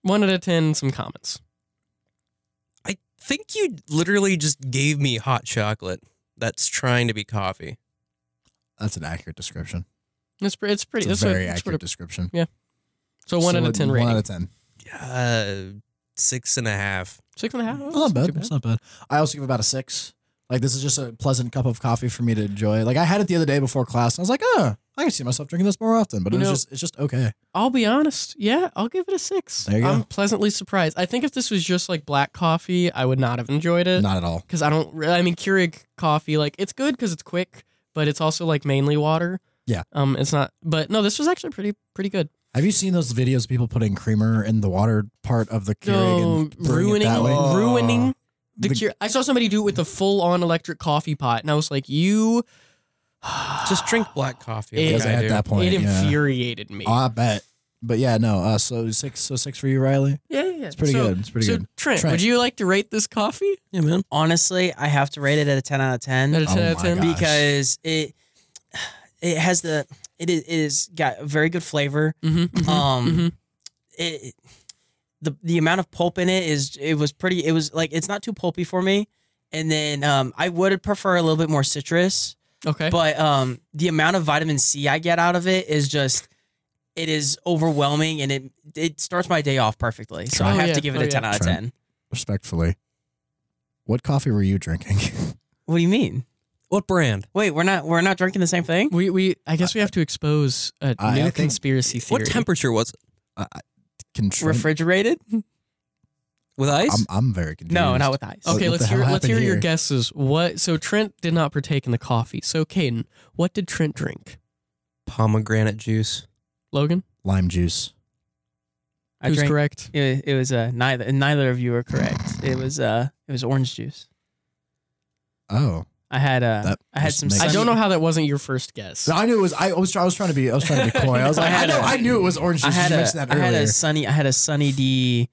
[SPEAKER 7] one out of ten. Some comments.
[SPEAKER 10] I think you literally just gave me hot chocolate that's trying to be coffee.
[SPEAKER 8] That's an accurate description.
[SPEAKER 7] It's pre- it's pretty.
[SPEAKER 8] It's a
[SPEAKER 7] That's
[SPEAKER 8] very
[SPEAKER 7] what, that's what
[SPEAKER 8] accurate
[SPEAKER 7] it-
[SPEAKER 8] description.
[SPEAKER 7] so one out
[SPEAKER 8] So
[SPEAKER 7] of
[SPEAKER 8] it-
[SPEAKER 7] ten
[SPEAKER 8] One
[SPEAKER 7] rating.
[SPEAKER 8] out of ten.
[SPEAKER 10] Uh, six and a half.
[SPEAKER 7] Six and a half.
[SPEAKER 8] It's not
[SPEAKER 7] That's
[SPEAKER 8] bad. It's not bad. I also give about a six. Like this is just a pleasant cup of coffee for me to enjoy. Like I had it the other day before class, and I was like, oh, I can see myself drinking this more often. But
[SPEAKER 7] You
[SPEAKER 8] it's
[SPEAKER 7] know-
[SPEAKER 8] just it's just okay.
[SPEAKER 7] I'll be honest. Yeah, I'll give it a six.
[SPEAKER 8] There you go.
[SPEAKER 7] I'm pleasantly surprised. I think if this was just like black coffee, I would not have enjoyed it.
[SPEAKER 8] Not at all.
[SPEAKER 7] Because I don't really, I mean, Keurig coffee, like, it's good because it's quick, but it's also like mainly water.
[SPEAKER 8] Yeah.
[SPEAKER 7] Um, it's not, but no, this was actually pretty, pretty good.
[SPEAKER 8] Have you seen those videos of people putting creamer in the water part of the Keurig
[SPEAKER 7] No,
[SPEAKER 8] and brewing
[SPEAKER 7] ruining,
[SPEAKER 8] it that way?
[SPEAKER 7] ruining the,
[SPEAKER 8] The-
[SPEAKER 7] Keurig. I saw somebody do it with the full on electric coffee pot, and I was like, you,
[SPEAKER 10] Just drink black coffee.
[SPEAKER 7] It-
[SPEAKER 10] like
[SPEAKER 8] Because
[SPEAKER 10] I
[SPEAKER 8] at
[SPEAKER 10] do.
[SPEAKER 8] that point,
[SPEAKER 7] it
[SPEAKER 8] yeah.
[SPEAKER 7] infuriated me.
[SPEAKER 8] Oh, I bet. But yeah, no. Uh, so six, so six for you, Riley.
[SPEAKER 7] yeah, yeah. It's
[SPEAKER 8] pretty good. It's pretty
[SPEAKER 7] so
[SPEAKER 8] good.
[SPEAKER 7] Trent,
[SPEAKER 8] Trent.
[SPEAKER 7] would you like to rate this coffee?
[SPEAKER 9] Yeah, man. Honestly, I have to rate it at a 10 out of 10
[SPEAKER 7] Out of 10
[SPEAKER 8] Oh
[SPEAKER 7] out of
[SPEAKER 8] my
[SPEAKER 7] 10?
[SPEAKER 8] God.
[SPEAKER 9] because it it has the it is it is got a very good flavor.
[SPEAKER 7] Mhm, mhm,
[SPEAKER 8] Uh,
[SPEAKER 9] Um
[SPEAKER 7] mhm.
[SPEAKER 9] it the the amount of pulp in it is it was pretty it was like it's not too pulpy for me. And then um I would prefer a little bit more citrus,
[SPEAKER 7] Okay.
[SPEAKER 9] but um the amount of vitamin C I get out of it is just it is overwhelming and it it starts my day off perfectly. So I
[SPEAKER 7] Oh,
[SPEAKER 9] have
[SPEAKER 7] yeah.
[SPEAKER 9] to give it
[SPEAKER 7] Oh,
[SPEAKER 9] a
[SPEAKER 7] yeah.
[SPEAKER 9] 10 out of
[SPEAKER 8] Trent.
[SPEAKER 9] 10.
[SPEAKER 8] Respectfully, what coffee were you drinking?
[SPEAKER 9] What do you mean?
[SPEAKER 10] What brand?
[SPEAKER 9] Wait, we're not we're not drinking the same thing?
[SPEAKER 7] We we I guess we have to expose a
[SPEAKER 8] I- I
[SPEAKER 7] new
[SPEAKER 8] think-
[SPEAKER 7] conspiracy theory.
[SPEAKER 10] What temperature was it?
[SPEAKER 8] Can Trent-
[SPEAKER 9] Refrigerated?
[SPEAKER 10] With ice?
[SPEAKER 8] I'm, I'm very confused. Oh,
[SPEAKER 9] No, not with ice.
[SPEAKER 8] What-
[SPEAKER 7] Okay,
[SPEAKER 8] what
[SPEAKER 7] let's
[SPEAKER 8] the hell
[SPEAKER 7] hear let's
[SPEAKER 8] happened
[SPEAKER 7] hear your
[SPEAKER 8] here?
[SPEAKER 7] guesses. What so Trent did not partake in the coffee. So Caden, what did Trent drink?
[SPEAKER 10] Pomegranate juice.
[SPEAKER 7] Logan,
[SPEAKER 8] lime juice.
[SPEAKER 9] I
[SPEAKER 7] who's
[SPEAKER 9] drank-
[SPEAKER 7] correct?
[SPEAKER 9] It, it was uh, neither. Neither of you are correct. It was uh, it was orange juice.
[SPEAKER 8] Oh,
[SPEAKER 9] I had uh,
[SPEAKER 8] That
[SPEAKER 9] I had
[SPEAKER 8] must
[SPEAKER 9] some.
[SPEAKER 8] make-
[SPEAKER 7] I
[SPEAKER 9] sunny-
[SPEAKER 7] don't know how that wasn't your first guess.
[SPEAKER 8] So I knew it was. I was. try- I was trying to be. I was trying to be coy. I was
[SPEAKER 9] I
[SPEAKER 8] like, I,
[SPEAKER 9] had
[SPEAKER 8] know.
[SPEAKER 9] a-
[SPEAKER 8] I knew it was orange
[SPEAKER 9] I
[SPEAKER 8] juice.
[SPEAKER 9] had
[SPEAKER 8] you
[SPEAKER 9] a,
[SPEAKER 8] mentioned that
[SPEAKER 9] I
[SPEAKER 8] earlier.
[SPEAKER 9] had a sunny. I had a sunny D.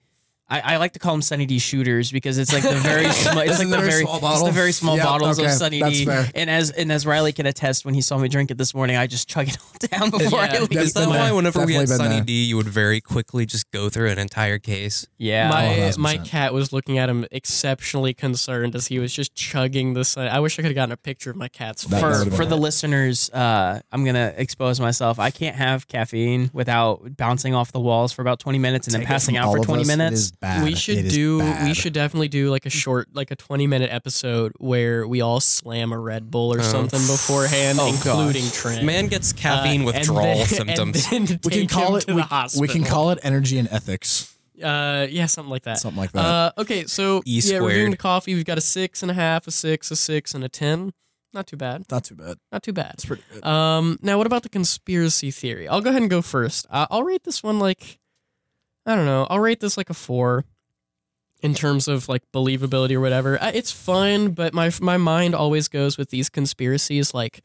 [SPEAKER 9] I, I like to call them Sunny D shooters because it's like the very small, it's
[SPEAKER 8] Is it
[SPEAKER 9] like the
[SPEAKER 8] very
[SPEAKER 9] very,
[SPEAKER 8] small
[SPEAKER 9] it's the
[SPEAKER 8] bottle?
[SPEAKER 9] very small
[SPEAKER 8] Yeah,
[SPEAKER 9] bottles
[SPEAKER 8] okay,
[SPEAKER 9] of Sunny
[SPEAKER 8] that's
[SPEAKER 9] D.
[SPEAKER 8] fair.
[SPEAKER 9] And as and as Riley can attest, when he saw me drink it this morning, I just chug it all down before
[SPEAKER 7] Yeah.
[SPEAKER 9] I leave.
[SPEAKER 8] That's
[SPEAKER 10] Is that
[SPEAKER 8] been
[SPEAKER 10] why
[SPEAKER 8] there.
[SPEAKER 10] whenever we had
[SPEAKER 8] Definitely been
[SPEAKER 10] Sunny
[SPEAKER 8] there.
[SPEAKER 10] D, you would very quickly just go through an entire case?
[SPEAKER 9] Yeah,
[SPEAKER 7] my
[SPEAKER 8] 1000%.
[SPEAKER 7] my cat was looking at him exceptionally concerned as he was just chugging this. I wish I could have gotten a picture of my cat's fur.
[SPEAKER 8] That
[SPEAKER 9] for
[SPEAKER 8] would've been
[SPEAKER 9] for
[SPEAKER 8] it.
[SPEAKER 9] the listeners, uh, I'm gonna expose myself. I can't have caffeine without bouncing off the walls for about 20 minutes and
[SPEAKER 8] Take it
[SPEAKER 9] then passing
[SPEAKER 8] from
[SPEAKER 9] out
[SPEAKER 8] all
[SPEAKER 9] for
[SPEAKER 8] of
[SPEAKER 9] 20
[SPEAKER 8] us, it
[SPEAKER 9] minutes.
[SPEAKER 8] is bad.
[SPEAKER 7] We should
[SPEAKER 8] It is
[SPEAKER 7] do. We
[SPEAKER 8] bad.
[SPEAKER 7] should definitely do like a short, like a twenty-minute episode where we all slam a Red Bull or
[SPEAKER 10] Oh.
[SPEAKER 7] something beforehand,
[SPEAKER 9] Oh,
[SPEAKER 7] including
[SPEAKER 9] gosh.
[SPEAKER 7] Trent.
[SPEAKER 10] Man gets
[SPEAKER 7] Uh,
[SPEAKER 10] caffeine
[SPEAKER 7] and
[SPEAKER 10] withdrawal
[SPEAKER 7] then-
[SPEAKER 10] symptoms.
[SPEAKER 7] And then
[SPEAKER 8] We can
[SPEAKER 7] take
[SPEAKER 8] call
[SPEAKER 7] him
[SPEAKER 8] it.
[SPEAKER 7] to
[SPEAKER 8] We,
[SPEAKER 7] the hospital.
[SPEAKER 8] we can call it energy and ethics.
[SPEAKER 7] Uh, yeah, something like that.
[SPEAKER 8] Something like that.
[SPEAKER 7] Uh, okay, so
[SPEAKER 10] E
[SPEAKER 7] yeah, we're doing
[SPEAKER 10] squared.
[SPEAKER 7] the coffee. We've got a six and a half, a six, a six, and a ten. Not too bad.
[SPEAKER 8] not too bad. Oh,
[SPEAKER 7] Not too bad.
[SPEAKER 8] pretty good.
[SPEAKER 7] Um, now what about the conspiracy theory? I'll go ahead and go first. Uh, I'll rate this one like, I don't know. I'll rate this like a four, in terms of like believability or whatever. Uh, it's fun, but my my mind always goes with these conspiracies. Like,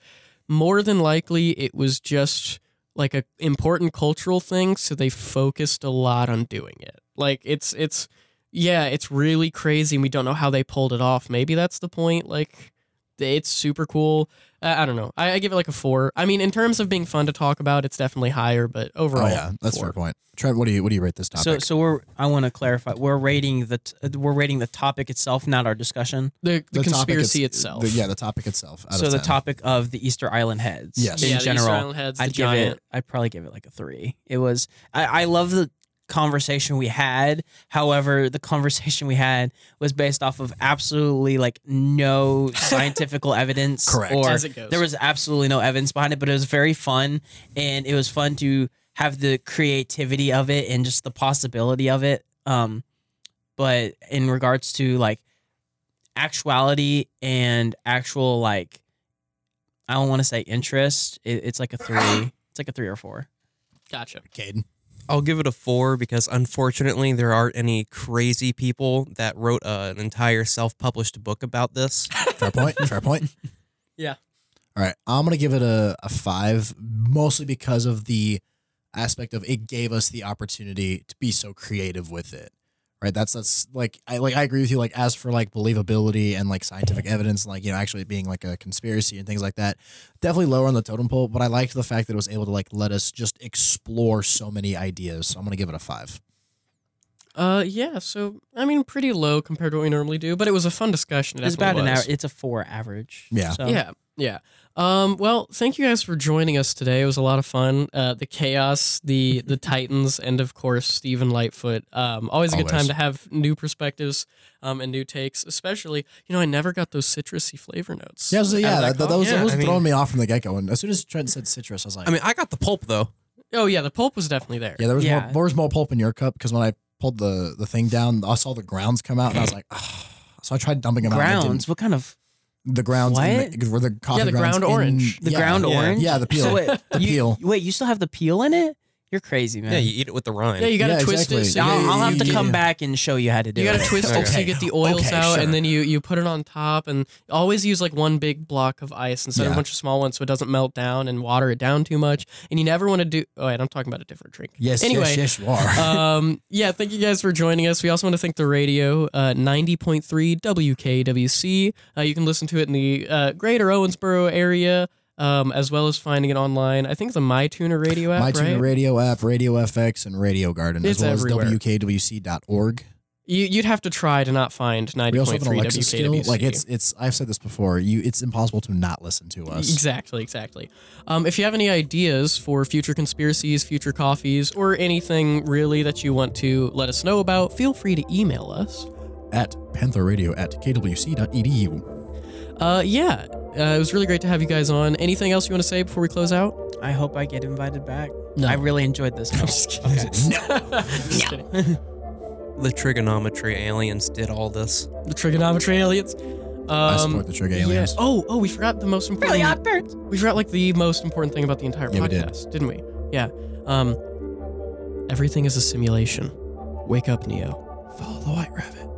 [SPEAKER 7] more than likely, it was just like a important cultural thing, so they focused a lot on doing it. Like, it's it's yeah, it's really crazy, and we don't know how they pulled it off. Maybe that's the point. Like, it's super cool. Uh, I don't know. I, I give it like a four. I mean, in terms of being fun to talk about, it's definitely higher, but overall,
[SPEAKER 8] Oh yeah, that's
[SPEAKER 7] four.
[SPEAKER 8] fair point. Trent, what do you what do you rate this topic?
[SPEAKER 9] So, so we're. I want to clarify. We're rating the t- uh, we're rating the topic itself, not our discussion.
[SPEAKER 7] The, the,
[SPEAKER 8] topic
[SPEAKER 7] conspiracy
[SPEAKER 8] it's-
[SPEAKER 7] itself.
[SPEAKER 8] the- yeah, the topic itself. out
[SPEAKER 9] So
[SPEAKER 8] of
[SPEAKER 9] the
[SPEAKER 8] 10.
[SPEAKER 9] topic of the Easter Island heads.
[SPEAKER 8] Yes.
[SPEAKER 9] in
[SPEAKER 7] Yeah, the Easter
[SPEAKER 9] general,
[SPEAKER 7] Island heads, the
[SPEAKER 9] I'd give
[SPEAKER 7] giant.
[SPEAKER 9] it. I'd probably give it like a three. It was. I, I love the conversation we had. However, the conversation we had was based off of absolutely like no scientifical evidence.
[SPEAKER 8] Correct.
[SPEAKER 9] Or
[SPEAKER 7] As it goes.
[SPEAKER 9] there was absolutely no evidence behind it, but it was very fun, and it was fun to have the creativity of it and just the possibility of it. Um, but in regards to like actuality and actual like I don't want to say interest. It, it's like a three. It's like a three or four.
[SPEAKER 7] Gotcha.
[SPEAKER 8] Caden.
[SPEAKER 10] I'll give it a four because unfortunately there aren't any crazy people that wrote uh, an entire self-published book about this.
[SPEAKER 8] Fair point. Fair point.
[SPEAKER 7] Yeah.
[SPEAKER 8] All right, I'm gonna give it a, a five, mostly because of the aspect of it gave us the opportunity to be so creative with it. Right, that's that's like I like I agree with you. Like as for like believability and like scientific evidence, like you know actually it being like a conspiracy and things like that, definitely lower on the totem pole. But I liked the fact that it was able to like let us just explore so many ideas. So I'm gonna give it a five.
[SPEAKER 7] Uh, yeah. So I mean, pretty low compared to what we normally do, but it was a fun discussion. It
[SPEAKER 9] It's about
[SPEAKER 7] definitely
[SPEAKER 9] an hour.
[SPEAKER 7] was.
[SPEAKER 9] It's uh, a four average.
[SPEAKER 8] Yeah.
[SPEAKER 9] So.
[SPEAKER 7] Yeah, yeah. Um, well, thank you guys for joining us today. It was a lot of fun. Uh, the chaos, the the Titans, and of course Stephen Lightfoot. Um, always a good time
[SPEAKER 8] Always.
[SPEAKER 7] to have new perspectives um, and new takes. Especially, you know, I never got those citrusy flavor notes.
[SPEAKER 8] Yeah, so
[SPEAKER 7] out
[SPEAKER 8] yeah,
[SPEAKER 7] of
[SPEAKER 8] that, that,
[SPEAKER 7] coffee.
[SPEAKER 8] was, that
[SPEAKER 10] Yeah,
[SPEAKER 8] was
[SPEAKER 10] I mean-
[SPEAKER 8] throwing me off from the get go. And as soon as Trent said citrus, I was like,
[SPEAKER 10] I mean, I got the pulp though.
[SPEAKER 7] Oh yeah, the pulp was definitely there.
[SPEAKER 8] yeah, there was
[SPEAKER 9] Yeah.
[SPEAKER 8] more, there was more pulp in your cup because when I pulled the the thing down, I saw the grounds come out, and I was like, "Ah." so I tried dumping them out. and they
[SPEAKER 9] Grounds.
[SPEAKER 8] didn't-
[SPEAKER 9] What kind of
[SPEAKER 8] the grounds, in
[SPEAKER 9] What?
[SPEAKER 8] the, were the coffee
[SPEAKER 7] the
[SPEAKER 8] grounds
[SPEAKER 7] ground
[SPEAKER 8] in-
[SPEAKER 7] orange.
[SPEAKER 9] the
[SPEAKER 8] yeah.
[SPEAKER 9] ground
[SPEAKER 10] Yeah.
[SPEAKER 9] orange?
[SPEAKER 8] Yeah, the peel.
[SPEAKER 9] So wait,
[SPEAKER 8] The
[SPEAKER 9] you,
[SPEAKER 8] peel.
[SPEAKER 9] Wait, you still have the peel in it? You're crazy, man.
[SPEAKER 10] Yeah, you eat it with the rind.
[SPEAKER 7] Yeah, you gotta
[SPEAKER 8] Yeah,
[SPEAKER 7] twist it. So
[SPEAKER 8] exactly.
[SPEAKER 7] you-
[SPEAKER 9] I'll,
[SPEAKER 8] Yeah,
[SPEAKER 9] I'll have to
[SPEAKER 8] yeah,
[SPEAKER 9] come
[SPEAKER 8] yeah.
[SPEAKER 9] back and show you how to do
[SPEAKER 7] You
[SPEAKER 9] it.
[SPEAKER 7] gotta twist it so
[SPEAKER 10] Okay.
[SPEAKER 7] you get the oils
[SPEAKER 8] Okay,
[SPEAKER 7] out,
[SPEAKER 8] sure.
[SPEAKER 7] and then you you put it on top, and always use like one big block of ice instead of a
[SPEAKER 8] Yeah.
[SPEAKER 7] bunch of small ones, so it doesn't melt down and water it down too much. And you never want to do. Oh, wait, I'm talking about a different drink.
[SPEAKER 8] Yes,
[SPEAKER 7] Anyway,
[SPEAKER 8] yes, yes, you are.
[SPEAKER 7] um, yeah, thank you guys for joining us. We also want to thank the radio, uh, 90.3 WKWC. Uh, you can listen to it in the uh, greater Owensboro area, um, as well as finding it online. I think the MyTuner radio app,
[SPEAKER 8] My
[SPEAKER 7] right?
[SPEAKER 8] Tuner Radio app, Radio FX, and Radio Garden,
[SPEAKER 7] It's
[SPEAKER 8] as well
[SPEAKER 7] everywhere.
[SPEAKER 8] as WKWC.org.
[SPEAKER 7] you, you'd have to try to not find 90.3
[SPEAKER 8] We also have an Alexa still.
[SPEAKER 7] WKWC.
[SPEAKER 8] Like it's it's I've said this before. You it's impossible to not listen to us.
[SPEAKER 7] Exactly, exactly. Um, if you have any ideas for future conspiracies, future coffees, or anything really that you want to let us know about, feel free to email us.
[SPEAKER 8] At Panther Radio at KWC.edu.
[SPEAKER 7] Uh, yeah, uh, it was really great to have you guys on. Anything else you want to say before we close out?
[SPEAKER 9] I hope I get invited back.
[SPEAKER 7] No.
[SPEAKER 9] I really enjoyed this.
[SPEAKER 7] I'm just kidding. Just kidding.
[SPEAKER 10] the trigonometry aliens did all this.
[SPEAKER 7] The trigonometry aliens.
[SPEAKER 8] I
[SPEAKER 7] Um,
[SPEAKER 8] support the Trigger
[SPEAKER 7] yeah.
[SPEAKER 8] Aliens.
[SPEAKER 7] Oh, oh, we forgot the most important.
[SPEAKER 9] birds.
[SPEAKER 7] We forgot like the most important thing about the entire
[SPEAKER 8] Yeah, we did.
[SPEAKER 7] podcast, did. not we? Yeah. Um, everything is a simulation. Wake up, Neo. Follow the White Rabbit.